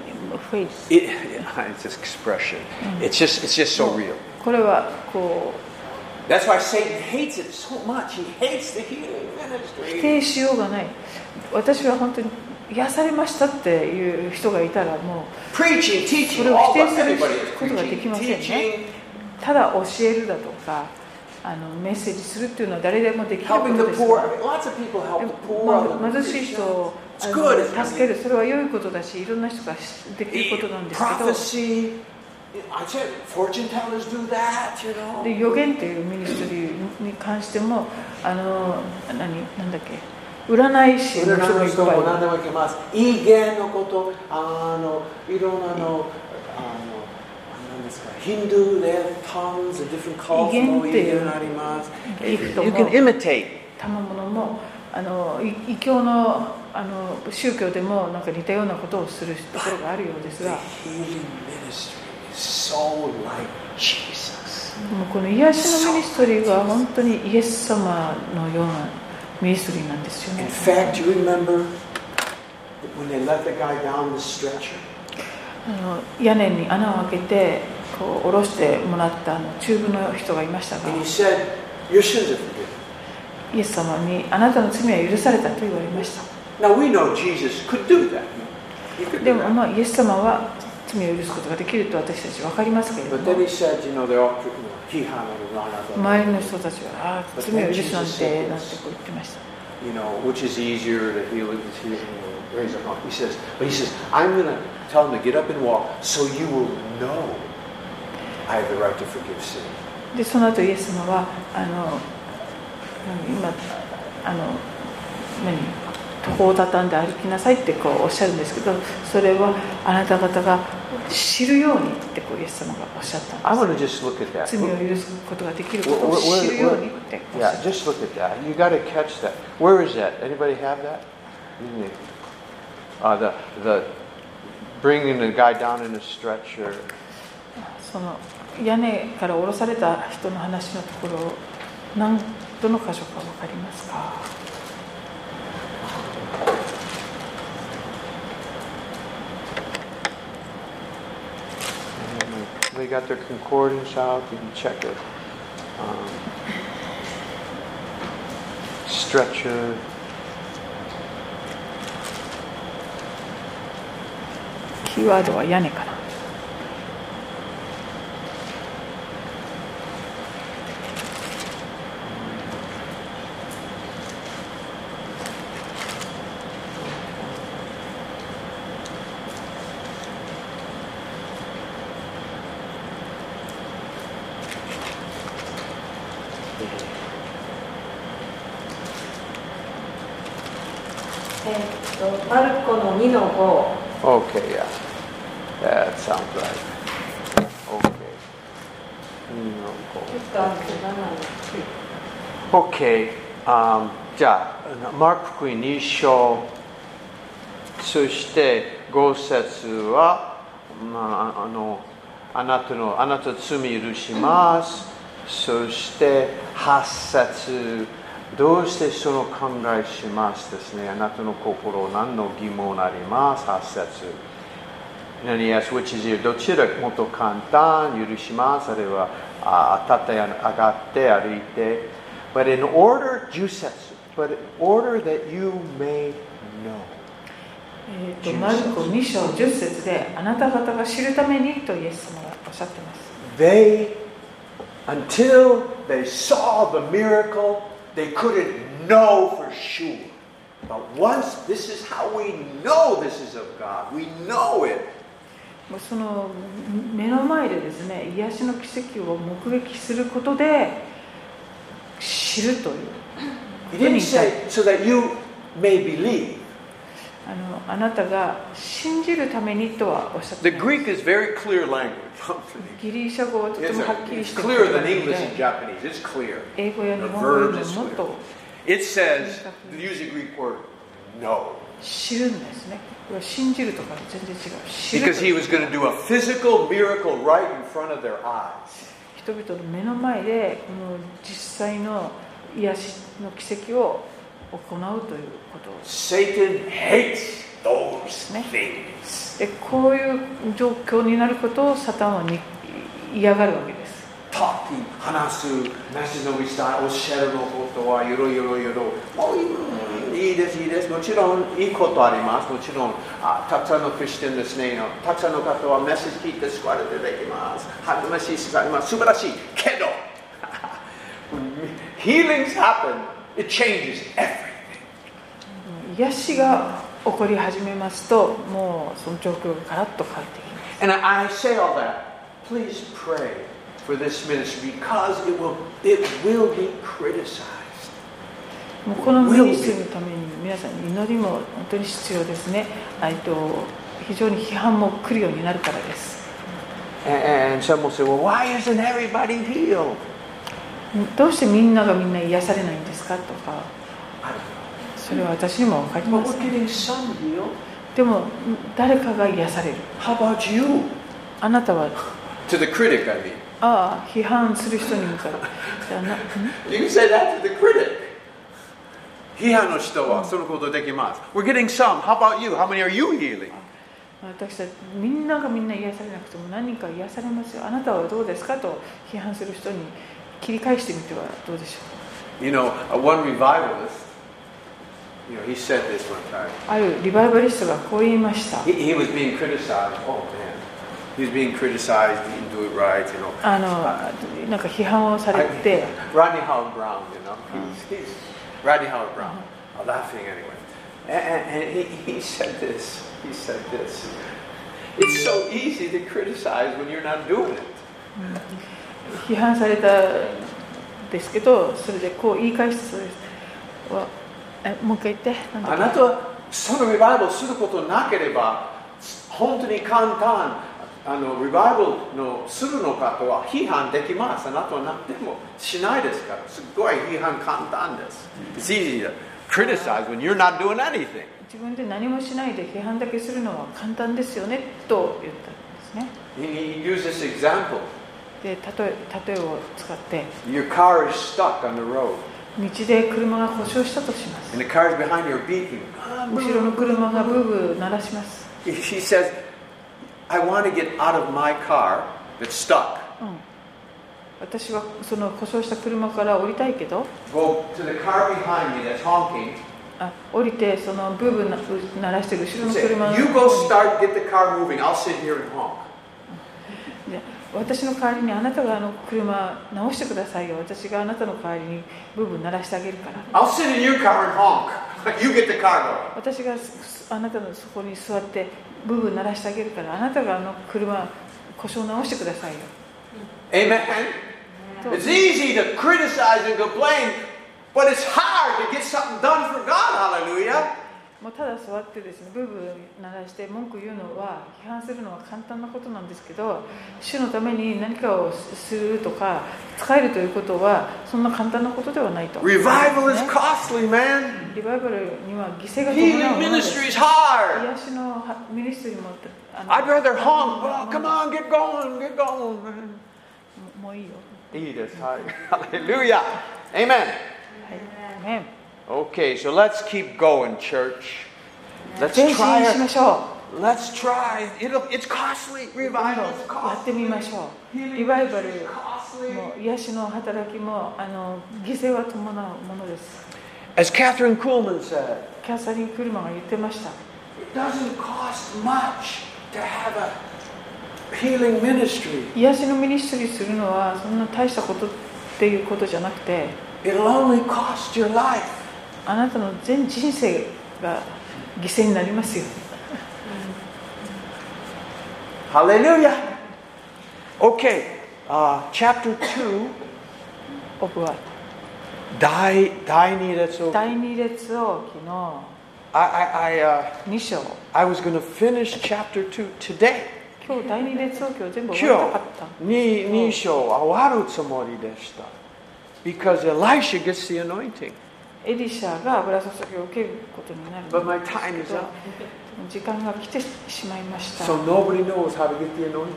S1: it's just expression. It's just it's just so real.
S2: これはこう
S1: That's why Satan hates it so much. He hates the healing
S2: 否
S1: ministry.
S2: 定しようがない私は本当に癒されましたっていう人がいたらもう
S1: Preaching, teaching,
S2: それを
S1: all
S2: 否
S1: that
S2: 定する
S1: everybody is
S2: ことができ
S1: preaching,
S2: ませんね
S1: teaching,。
S2: ただ教えるだとか、あのメッセージするっていうのは誰でもできるこ
S1: helping
S2: と
S1: the
S2: ですか
S1: poor.
S2: ら
S1: I mean, Lots of people help
S2: で
S1: the
S2: も
S1: poor.
S2: ま
S1: help the
S2: 貧しい
S1: rich.
S2: 人を
S1: It's
S2: あ
S1: good, it's
S2: の助ける、それは良いことだし、いろんな人ができることなんですけ
S1: Prophecy. I said fortune tellers do that, you
S2: ど、
S1: know.
S2: で予言というミニストリーに関しても、あの何なんだっけ、占い師の人もいっぱいいる。
S1: ah, Hindu, they have tongues of different colors.
S2: 威厳っていう、ギフトも。
S1: You can imitate.
S2: 賜物もあのい異教のあの宗教でもなんか似たようなことをするところがあるようです
S1: The
S2: が
S1: healing ministry is so like Jesus.
S2: もうこの癒しのミニストリーが本当にイエス様のようなミニストリーなんですよ
S1: In
S2: ね
S1: fact, you remember when they let the guy down the stretcher?
S2: あの屋根に穴を開けてこう下ろしてもらったあの中部の人がいましたが
S1: And he said, Your sins are forgiven.
S2: イエス様に「あなたの罪は許された」と言われまし
S1: Now we know Jesus could do that. He
S2: た
S1: could
S2: で
S1: do
S2: も、
S1: that.
S2: まあ、イエス様は罪を許すことができると私たち分かりますけれど
S1: But
S2: も
S1: then he said, you know, they're all you know, he handled it
S2: 周りの人たちは「ああ罪を許すなんて」なんてこう言ってました
S1: you know, which is easier to heal it is healing or raise up. He says, but he says, I'm gonna tell him to get up and walk so you will know I have the right to forgive sin.
S2: でその後イエス様はあの何今あの何途方を畳んで歩きなさいってこうおっしゃるんですけどそれはあなた方が知るようにってこうイエス様がおっしゃったん
S1: I
S2: です
S1: want to just look at that.
S2: 罪を許すことができることを知るようにっておっしゃっ
S1: Yeah,
S2: た
S1: just look at that. You got to catch that. Where is that? Anybody have that? Mm. Uh, the the bringing the guy down in a stretcher.
S2: その屋根から下ろされた人の話のところ何どの箇所か分かりますか
S1: They got their concordance out. You can check it. Um, stretcher.
S2: 「キーワードは屋根かな」
S3: えっと、マルコの2の
S1: Okay, yeah. That sounds right. Okay. No, go.
S3: 5、ルカの7の
S1: OK、um, じゃあマーク福音2章そして5節は、まあ、あのあなたのあなたの罪許しますそして8節どうしてその考えしますですねあなたの心何の疑問あります8節何 yes, which is you どちらもっと簡単、許します、あるいはあ立って上がって歩いて。But in order, 10節 But in order that you may know.
S2: えーとマルコ2章10節であなた方が知るためにとイエス様がおっしゃってます
S1: They, until they saw the miracle, they couldn't know for sure. But once, this is how we know this is of God. We know it.
S2: もうその目の前でですね癒しの奇跡を目撃することで知るという
S1: He didn't say so that you may believe.
S2: あのあなたが信じるためにとはおっしゃっ
S1: The
S2: てない
S1: Greek is very clear language.
S2: ギリシャ語はとて
S1: Yes,
S2: も
S1: sir.
S2: はっきりし
S1: It's
S2: ている
S1: clearer
S2: の
S1: than
S2: で
S1: English and Japanese. It's clear.
S2: 英語や日
S1: The
S2: 本語
S1: verb
S2: より
S1: is
S2: ももっ
S1: clear.
S2: と
S1: It says, use the Greek word, no.
S2: 知るんですねこれは信じるとか全然違う
S1: Because
S2: 知
S1: he
S2: る
S1: was going to do a physical miracle right in front of their eyes.
S2: 人々の目の前でこの実際の癒しの奇跡を行うということを
S1: Satan hates those
S2: Ne?
S1: things.
S2: でこういう状況になることをサタンはに嫌がるわけです
S1: Talking, hanasu, message no wisdom, osher no koto wa oh, yoro yoro yoro. Oh, you- いいです、いいです。もちろん、いいことあります。もちろん、あたくさんのクリスチャンですね。たくさんの方はメッセージ聞いて救われていただきます。励ましい救われます。素晴らしい。けど、healings happen, it changes everything.
S2: 癒しが起こり始めますともうその状況がガラッと変わってきます
S1: And I I say all that. Please pray for this ministry because it will it will be criticized.
S2: もうこのミニストリーのために皆さんに祈りも本当に必要ですねえっと非常に批判も来るようになるからです
S1: And, and some will say, well, why isn't everybody healed?
S2: どうしてみんながみんな癒されないんですかとか
S1: I don't
S2: それは私にも分かり
S1: know.
S2: ま
S1: But
S2: す
S1: we're getting some healed.
S2: でも誰かが癒される
S1: How about you?
S2: あなたは
S1: To the critic, I mean.
S2: ああ批判する人に向かうじゃあな
S1: You can say that to the critic. 批判の人はそのことできます。We're getting some. How about you? How many are you healing?
S2: 私たちみんながみんな癒されなくても何人か癒されますよあなたはどうですかと批判する人に切り返してみてはどうでしょ
S1: You know, uh, one revivalist, you know, he said this one time.
S2: うあるリバイバリストがこう言いました
S1: He, he was being criticized. Oh man, he was being criticized. He didn't do it right, you know.
S2: あのなんか批判をされて
S1: Rodney Howard Brown, you know. He's, he's Rodney Howard Brown. Uh, laughing anyway. And, and he, he said this. He said this. It's so easy to criticize when you're not doing it.
S2: 批判されたんですけどそれでこう言い返したそうですわえもう一回言ってなんだっ
S1: あ
S2: け
S1: なたはそのリバイバルすることなければ本当に簡単あのリバイバルのするのかとは批判できますあなたは何でもしないですからすごい批判簡単です It's easy to criticize when you're not doing anything
S2: 自分で何もしないで批判だけするのは簡単ですよねと言ったんですね
S1: He used this example
S2: で例え例えを使って
S1: Your car is stuck on the road
S2: 道で車が故障したとします
S1: and the car is behind you beeping
S2: 後ろの車がブーブー鳴らします
S1: He he says I want to get out of my car that's stuck
S2: うん私はその故障した車から降りたいけど
S1: go to the car behind me that's honking
S2: あ降りてそのブーブーなう鳴らしてる後ろの
S1: Say,
S2: 車の
S1: you go start, get the car moving. I'll sit here and honk.
S2: で私の代わりにあなたがあの車直してくださいよ私があなたの代わりにブーブー鳴らしてあげるから
S1: I'll sit in your car and honk. You get the car
S2: 私がすあなたのそこに座ってブーブー鳴らしてあげるからあなたがあの車故障直してくださいよ
S1: going. Amen. It's easy to criticize and complain, but it's hard to get something done for God. Hallelujah.
S2: もうただ座ってですねブーブー鳴らして文句言うのは批判するのは簡単なことなんですけど主のために何かをするとか使えるということはそんな簡単なことではないと
S1: Revival
S2: ね
S1: is costly, man.
S2: リバイバルには犠牲が伴
S1: Healing
S2: うものです
S1: ministry is hard.
S2: 癒しのはミニストリーもあの
S1: I'd rather honk. Oh, come on, get going, get going, man.
S2: ももういいよ
S1: Eat us. Hallelujah. Amen.
S2: はいね
S1: Okay, so let's keep going, church. Let's
S2: 前進
S1: try
S2: し
S1: our
S2: ましょう
S1: Let's try. It'll, it's costly.
S2: 今
S1: Revival
S2: 度
S1: is
S2: やってみ
S1: costly.
S2: ましょう
S1: Healing
S2: リバイバル
S1: is costly.
S2: も癒しの働きもあの犠牲は伴うものです
S1: As Catherine Kuhlman said,
S2: キャサリン・クルマが言ってました
S1: it doesn't cost much to have a healing ministry.
S2: 癒しのミニストリーするのはそんな大したことっていうことじゃなくて
S1: It'll only cost your life.
S2: あなたの全人生が犠牲になりますよ
S1: Hallelujah. Okay, uh, chapter 2,
S2: オブは
S1: Die, Die Need That's Over.
S2: 第二列王記の
S1: I, I, I, uh,
S2: 2章
S1: I was going to finish chapter 2 today.
S2: 今日第二列王記を全部終わりたかった
S1: 今日に2章終わるつもりでした。Because Elisha gets the anointing.
S2: エリシャが油注ぎを受けることになるんです
S1: But my time is up.
S2: 時間が来てしまいました
S1: So nobody knows how to get the anointing.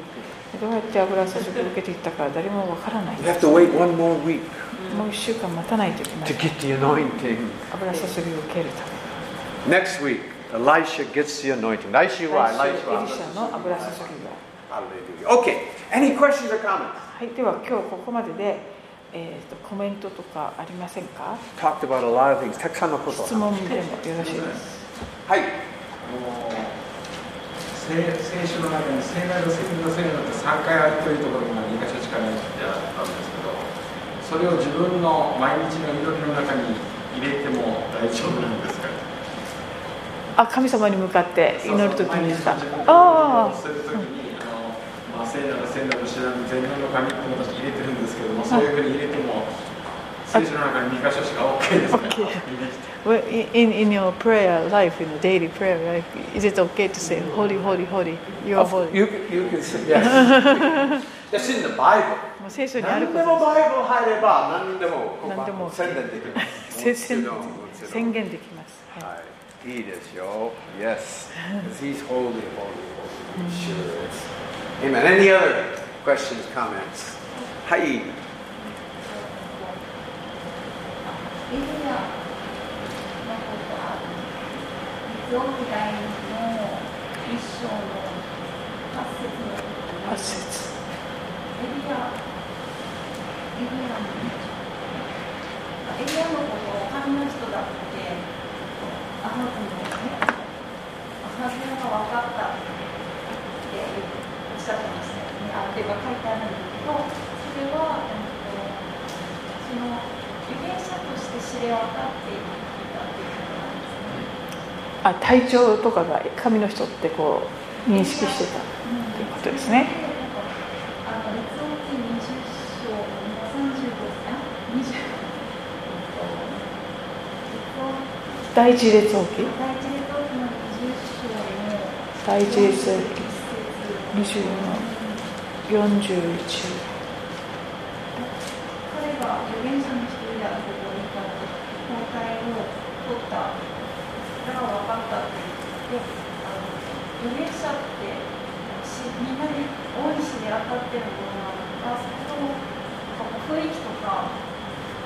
S2: どうやって油注ぎを受けていったか誰もわからない
S1: You have to wait one more week
S2: もう1週間待たないといけな
S1: to
S2: い
S1: get the anointing.
S2: 油注ぎを受けるため
S1: Next week, Elisha gets the anointing.
S2: 来週エリシャの油注ぎが
S1: Hallelujah. Okay. Any questions or comments?
S2: はい、では今日ここまでで、えー、とコメントとかありませんか
S1: Talked about a lot of things.
S2: 質
S1: たくさんのこと。
S2: 問でもよろしいです。
S4: あのせ先週の中に聖なる聖なる聖なるって3回あるというところが2箇所しかないってあったんですけどそれを自分の毎日の祈りの中に入れても大丈夫なんですか
S2: あ、神様に向かって祈るときにですか。
S4: ああ
S2: あ
S4: するときにあの、まあ、聖なる聖なる知らぬ全能の神っていうのを私入れてるんですけどもそういうふうに入れても聖書の中に2箇所しか OK ですか
S2: OK
S4: 入れて
S2: あ、Well, in in your prayer life, in your daily prayer life, is it okay to say holy, holy, holy, you are holy?
S1: You can, you can say, yes. That's in the Bible.
S2: もう聖書にあ
S1: 何
S2: る
S1: で
S2: こ
S1: も
S2: と
S1: バイ
S2: です
S1: ブル入れば何でも
S2: 何でも
S1: 宣伝できます。
S2: 宣宣
S1: もちろん
S2: 宣。言できます。は
S1: はい。いいですよ。Yes. 'Cause He's holy, holy, holy. Sure. is. Amen. Any other questions, comments? はい。
S5: ビリアのことは水を左の一章の八節の
S2: い。八
S5: ことです
S2: 節。
S5: エリアエリアのエリアのことを他の人だってアハズのねアハズのが分かったっておっしゃってましたよねあれが書いてあるんだけどそれは、えっとその預言者として知れ渡っていたっていうことなんで
S2: あ、
S5: すね。
S2: 体調とかが神の人ってこう認識してた。
S5: と
S2: いうことですね
S5: あの列王記20章の35あ20えっと
S2: 第
S5: 列王記
S2: 一列王記
S5: 第一列王
S2: 第一
S5: 記の20章の
S2: 列王記
S5: 記
S2: 24 41
S5: 彼が預言者の一人であることに立って包帯を取ったが分かったって言ってあの預言者ってしみんなで大西で当たってるものなのかそれともなんかこう雰囲気とか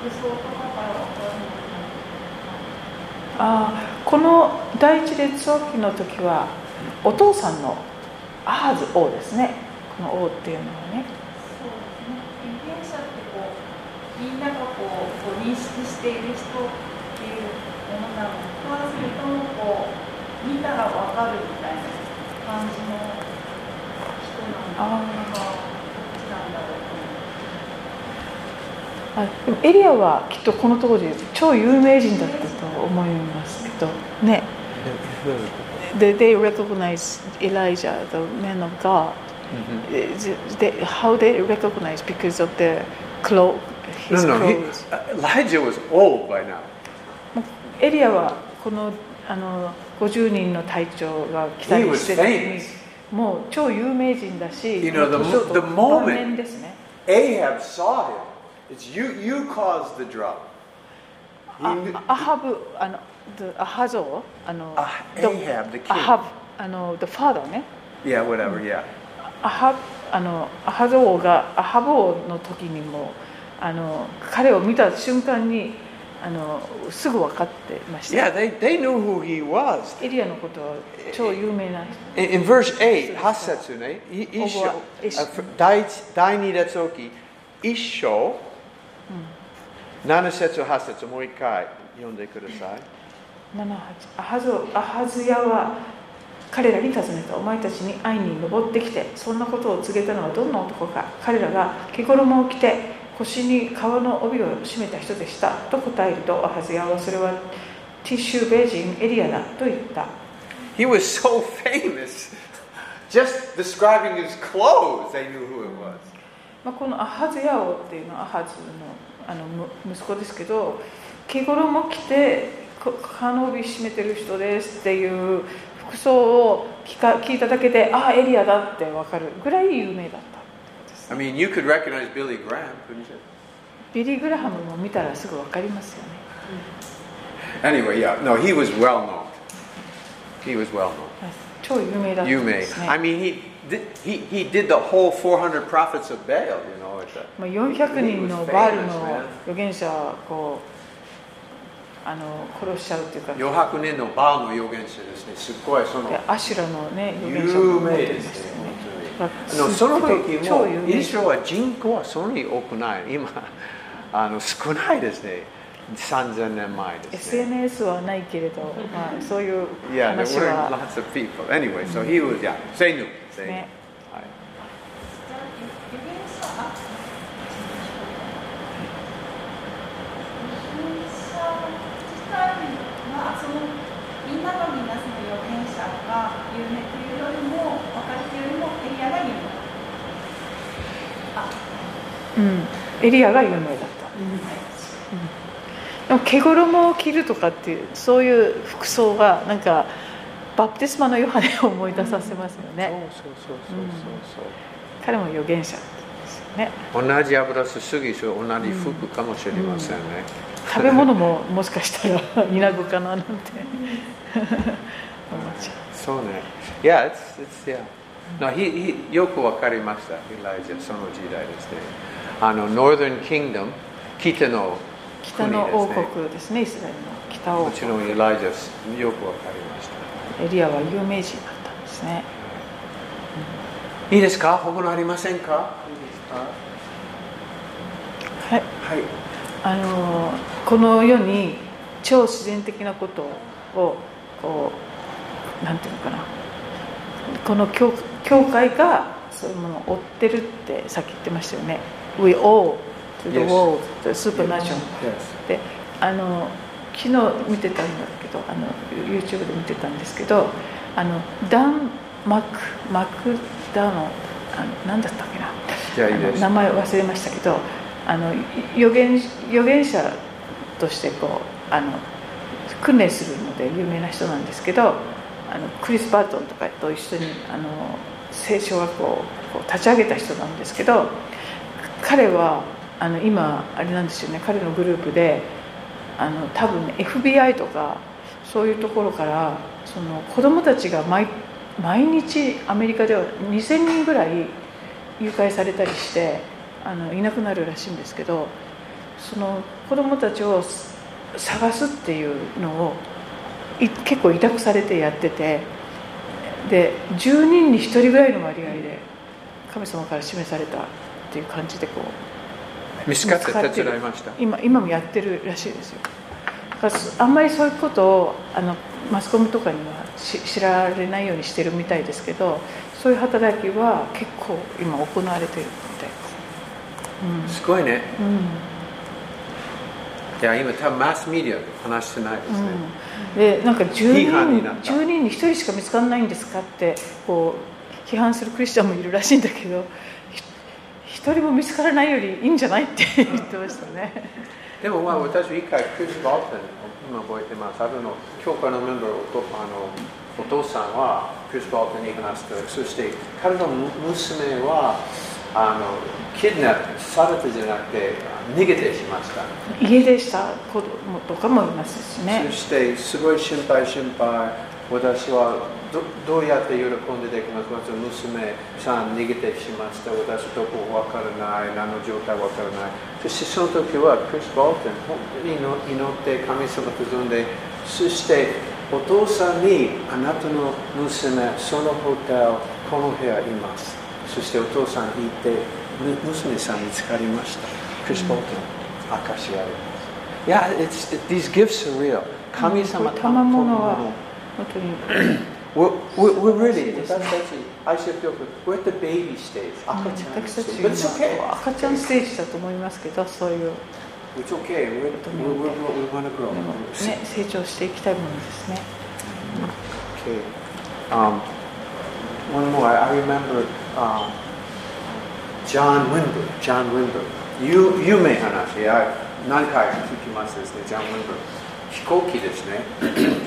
S5: 予想とかから分かるの
S2: あ
S5: か
S2: ーこの第一列王記の時はお父さんのアハズ王ですねこの王っていうのはね
S5: そうですね預言者ってこうみんながこうこう認識している人っていうものなのかそれともこう見たらわかるみたいな感じの人な
S2: あ
S5: のかどっちなんだろうと思って
S2: ーあでもエリアはきっとこのところで超有名人だったと思いますけどね They, they recognize Elijah, the man of God. They, how they recognize because of the clo-
S1: No,
S2: his
S1: no, he, uh,
S2: clothes.
S1: Elijah was old by now.
S2: エリアはこのあの50人の隊長が来たりしてる
S1: He
S2: 時
S1: was
S2: にもう超有名人だし
S1: You know, the
S2: もう年を取
S1: the
S2: っ
S1: moment-
S2: 晩年ですね
S1: Ahab saw him. It's you, you caused the drop. He
S2: あ
S1: knew-
S2: アハブあの the- アハゾーあの
S1: あ
S2: the-
S1: Ah,
S2: uh,
S1: Ahab the king
S2: アハブあの the father ね
S1: yeah, whatever, yeah.
S2: アハあのアハゾ王がアハブ王の時にもあの彼を見た瞬間にあのすぐ分かってました、
S1: Yeah, they, they knew who he was.
S2: エリアのことは超有名な人
S1: In, in verse 8,
S2: そうですか。
S1: 8節ね、い-一章、
S2: ここは、一章。
S1: あ、ふ-第一-第二列王記、一章、七節、八節、もう一回読んでください。
S2: 7 8アハズアハズヤは彼らに尋ねたお前たちに会いに登ってきてそんなことを告げたのはどんな男か彼らが着衣を着て腰に革の帯を締めた人でしたと答えるとアハズヤはそれはティッシュベ人エリアだと言った
S1: He was so famous. Just describing his clothes, they knew who it was.
S2: まあ、このアハズヤ王っていうのはアハズのあのむ息子ですけど着衣を着てこカーノビ締めてる人ですっていう服装を聞か聞いただけでああエリアだって分かるぐらい有名だった
S1: I mean, you could recognize Billy Graham, couldn't you?
S2: ビリー・グラハムも見たらすぐ分かりますよね
S1: Anyway, yeah, no, he was well known. He was well known.
S2: はい超有名だったん
S1: You
S2: で
S1: may.
S2: す
S1: I
S2: ね
S1: mean, he did, he, he did the whole 400 prophets of Baal, you know. It's a,
S2: まあ、400人のバールの預言者をこうあの殺しちゃうっていうかで
S1: 400年のバーの預言者ですね、すっごいその
S2: アシュラのね預言者
S1: 有
S2: も持
S1: 名
S2: って
S1: で
S2: まし
S1: す
S2: たよ
S1: ね
S2: ね、
S1: 本当に。あの
S2: す
S1: そ
S2: っ
S1: の
S2: ごい
S1: 時
S2: 超
S1: も
S2: 有名
S1: イスラエルは人口はそんなに多くない、今、 あの少ないですね、3000年前ですね。
S2: SNS はないけれど、まあ、そういう
S1: Yeah, there
S2: 話
S1: were
S2: は、
S1: lots of people. Anyway, so he was, yeah, they knew. They knew.
S2: ね、
S1: はい
S5: じゃあ預言者あ預言者自体はそのみんながみんなその預言者が有名というよりも若い人よりもエリアが有名あ
S2: うん、エリアが有名だった、うんでも毛衣を着るとかっていうそういう服装がなんかバプテスマのヨハネを思い出させますよね、
S1: そうそうそうそうそう。
S2: 彼も預言者ですよね
S1: 同じ油すすぎし同じ服かもしれませんね、
S2: 食べ物も もしかしたら イナゴかななんて思っ ちゃう
S1: そうね yeah it's it's yeah no he, he よくわかりました Elijah その時代ですねあの Northern Kingdom 北の
S2: 北
S1: 国
S2: の王
S1: ですね
S2: 国ですねイスラエルの北王
S1: もち
S2: 国
S1: ろん Elijah すよくわかりました
S2: エリアは有名人だったんですね
S1: いいですか他のありませんかいいですか
S2: はい
S1: はい
S2: あのこの世に超自然的なことをこうなんていうのかなこの教教会がそういうものを追ってるってさっき言ってましたよね「We all to the
S1: Yes.
S2: world the supernatural」
S1: yes
S2: であの昨日見てたんだけどあの YouTube で見てたんですけどあのダン・マクマクダのあの何だったっけな
S1: じゃあいいです
S2: あの名前忘れましたけどあの予言預言者としてこうあの訓練するので有名な人なんですけどあのクリス・バートンとかと一緒にあの聖書学校をこう立ち上げた人なんですけど彼はあの今あれなんですよね彼のグループであの多分、ね、FBI とかそういうところからその子どもたちが毎毎日アメリカでは2,000人ぐらい誘拐されたりしてあのいなくなるらしいんですけどその子どもたちを探すっていうのをい結構委託されてやっててで10人に1人ぐらいの割合で神様から示されたっていう感じでこう
S1: 見つかって手伝いました。
S2: 今今もやってるらしいですよだからそあんまりそういうことをあのマスコミとかにはし知られないようにしてるみたいですけどそういう働きは結構今行われてるみたいです、
S1: すごいね。
S2: うんうん
S1: いや、今多分マスメディアで話してないですね。
S2: うん、でなんか
S1: 批判に
S2: 10人
S1: なった
S2: 10人に1人しか見つからないんですかってこう批判するクリスチャンもいるらしいんだけどひ1人も見つからないよりいいんじゃないって言ってましたね。
S1: でもまあ私一回クリス・バートン今覚えてますあるの教会のメンバーのおとあのお父さんはクリス・バートンに話してそして彼の娘はあのキッナップされてじゃなくて逃げてしました、
S2: 家出した子供とかもいますしね
S1: そしてすごい心配心配私はどどうやって喜んでできます私娘さん逃げてしました私どこわからない何の状態わからないそしてその時はクリス・ボーテン本当に祈祈って神様と望んでそしてお父さんにあなたの娘そのホテルこの部屋いますそしてお父さん行ってむ娘さん見つかりましたクリス・ボーテン証しあります Yeah, it's, it, these gifts are real. 神様
S2: これ賜物は本当に
S1: We're, we're, we're really,
S2: そ
S1: 私
S2: うです
S1: た
S2: ね
S1: ち、I should feel good. We're at the baby stage.
S2: Mm,
S1: 赤ちゃん
S2: 私たち
S1: But it's okay.
S2: 今赤ちゃんステージだと思いますけどそういう、ね、
S1: It's okay. We're, we're, we're, we want to grow.
S2: 成長していきたいものですね
S1: Okay. Um, one more. I remember um, John Wimber. John Wimber. You, you may Hanashi. I, 何回聞きますですね、ジャン・ウィンブル。飛行機ですね、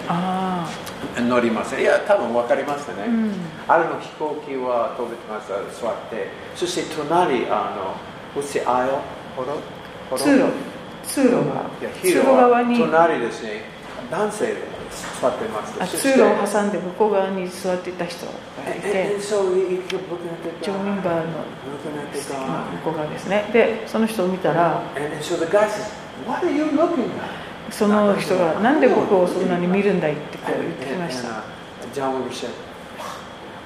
S2: あ
S1: 乗ります。いや、多分分かりますね。
S2: あうん
S1: あるの飛行機は飛べてます、座って、そして隣、あの、こっち、あよ、ほろ、ほろ
S2: 通路通路が
S1: いや、
S2: 通
S1: ヒー
S2: 路
S1: ロー
S2: 側
S1: は
S2: に
S1: 隣ですね、男性で座ってます。
S2: あ
S1: そ
S2: 通
S1: して
S2: 路を挟んで向こう側に座っていた人がい
S1: And-
S2: て
S1: and so we keep looking at the
S2: ジョ
S1: guy,
S2: ン・ウィンバーの
S1: looking at the
S2: 素敵
S1: guy.
S2: な向こう側ですねでその人を見たら
S1: And- and so the guy says, What are you looking at?
S2: その人が「なんで僕をそんなに見るんだい」ってこう
S1: And-
S2: 言ってき
S1: and-
S2: ました
S1: and, uh, John Wimber said,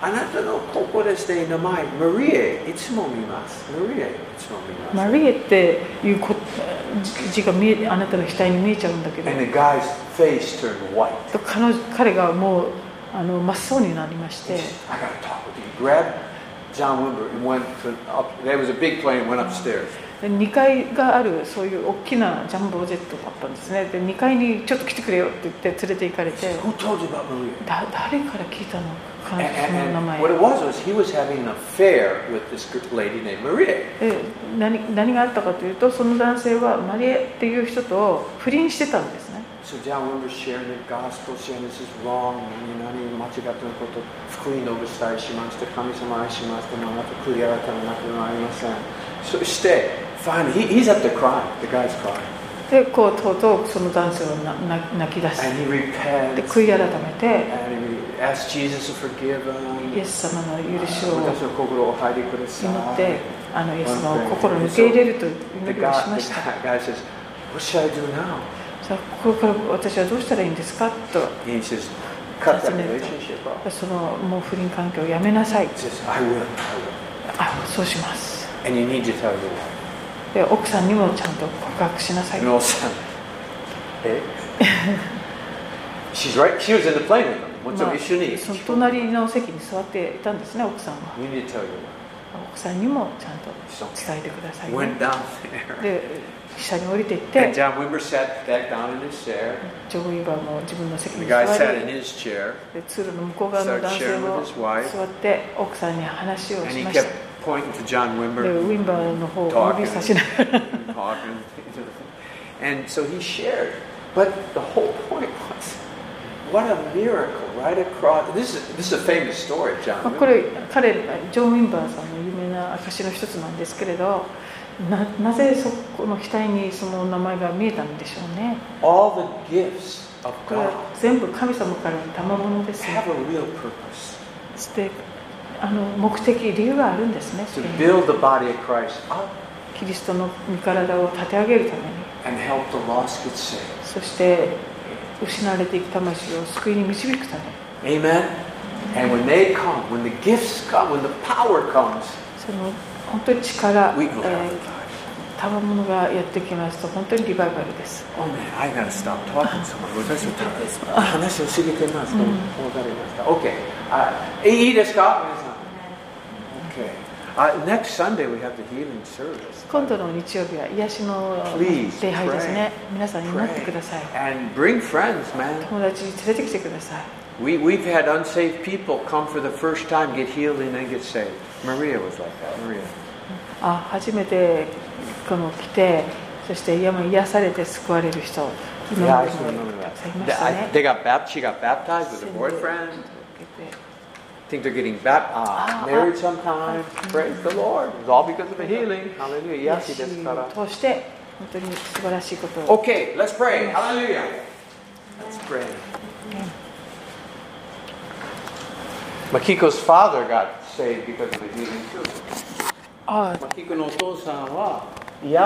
S1: あなたのここでして名前、マリエ、いつも見ます。マリエ、いつも見ます。
S2: マリエっていうこ字字が見えあなたの額に見えちゃうんだけど
S1: And the guy's face turned white.
S2: と彼女彼がもうあの真っ青になりまして
S1: I gotta talk with you. Grabbed John Wimber and went to up. There was a big plane. Went upstairs.
S2: で2階があるそういう大きなジャンボジェットがあったんですねで2階にちょっと来てくれよって言って連れて行かれ
S1: He
S2: て
S1: said, Who told you about Maria?
S2: だ誰から聞いたのか
S1: And,
S2: 彼女そ
S1: and-
S2: の名
S1: and
S2: 前
S1: what it was was he was having an affair with this gr- lady named Maria.
S2: で何何があったかというとその男性はマリエっていう人と不倫してたんですね
S1: So John Wimber sharing the gospel, saying this is wrong. You know, 何間違ったこと、福音をお伝えしました。神様愛しました。また悔い改めなくなりません。そして、finally, he, he's up to crying. The guy's crying.
S2: でこうとうとうその男性はなな泣き出して
S1: And he
S2: で
S1: repents.
S2: 悔い改めて
S1: And he asks Jesus to forgive him.
S2: イエス様の許しを
S1: 私の心をお入りください。
S2: 祈ってあのイエス様を心に受け入れるという
S1: The guy, the
S2: 祈りをしました
S1: guy says, What should I do now?
S2: さあこれから私はどうしたらいいんですかと
S1: He says, Cut that relationship off.
S2: そのもう不倫関係をやめなさい
S1: He says, I will, I will.
S2: あそうします
S1: And you need to tell your wife.
S2: で奥さんにもちゃんと告白しなさい
S1: And all of a sudden, eh? She's right. She was in the plane with him. もちろん一緒に。
S2: その隣の席に座っていたんですね奥さんは
S1: You need to tell your wife.
S2: 奥さんにもちゃんと
S1: So
S2: 伝えてください、ね
S1: went、down there.
S2: で下に降りていっ
S1: And
S2: て
S1: John Wimber sat back down in his chair.
S2: ジョグイバーも自分の席
S1: The
S2: に
S1: guy
S2: 座
S1: sat
S2: り
S1: in his chair.
S2: で通路の向こう側の男性
S1: Started sharing with
S2: も
S1: his wife.
S2: 座って奥さんに話を
S1: And
S2: し
S1: he
S2: ました
S1: kept pointing to John
S2: で
S1: Wimber.
S2: ウィンバーの方を
S1: talking
S2: 指さしながら
S1: and talking. And so he shared But the whole point was, what a miracle right across. This is this is a famous story,
S2: まあ
S1: John.
S2: これ彼ジョン・ウィンバーさんの有名な証の一つなんですけれどななぜそこの額にその名前が見えたんでしょうね
S1: All the gifts of
S2: これは
S1: God
S2: 全部神様からの賜物ですよ
S1: have a real purpose
S2: そしてあの目的理由があるんですね
S1: to build the body of Christ up
S2: キリストの身体を立て上げるために
S1: and help the lost get saved.
S2: そして失われていく魂を救いに導くため
S1: Amen. And when they come, when the gifts come, when the power comes,
S2: その本当に力、え
S1: we will have
S2: ー
S1: revival.
S2: 賜物がやってきますと本当にリバイバルです
S1: Oh man, I gotta stop talking so much. Ah, 私たち話を過ぎてます。もう分かりました。Okay. Uh, いいですか皆さん Okay. Uh, next Sunday we have the healing service.
S2: 今度の日曜日は癒しの
S1: Please
S2: 礼拝ですね皆さん祈ってください
S1: And bring friends, man.
S2: 友達連れてきてください
S1: We, we've had unsafe people come for the first time, get healed, and then get saved. Maria was like that. Maria.
S2: あ初めてこの来てそして癒癒されて救われる人
S1: Yeah,
S2: 今
S1: I
S2: まで
S1: still
S2: も
S1: remember
S2: たくさんい
S1: that.
S2: ま
S1: They,
S2: した
S1: I,
S2: ね
S1: they got baptized. She got baptized with a boyfriend. I think they're getting baptized,
S2: Ah,
S1: married sometime. Praise the Lord. It's all because of the healing. Hallelujah.
S2: 癒
S1: Yes,
S2: し
S1: he does, Father.
S2: を通して本当に素晴らしいことを
S1: Okay, let's pray. Hallelujah. Let's pray. Makiko's father got saved because of the healing too.
S2: ああ
S1: Makiko no otosan wa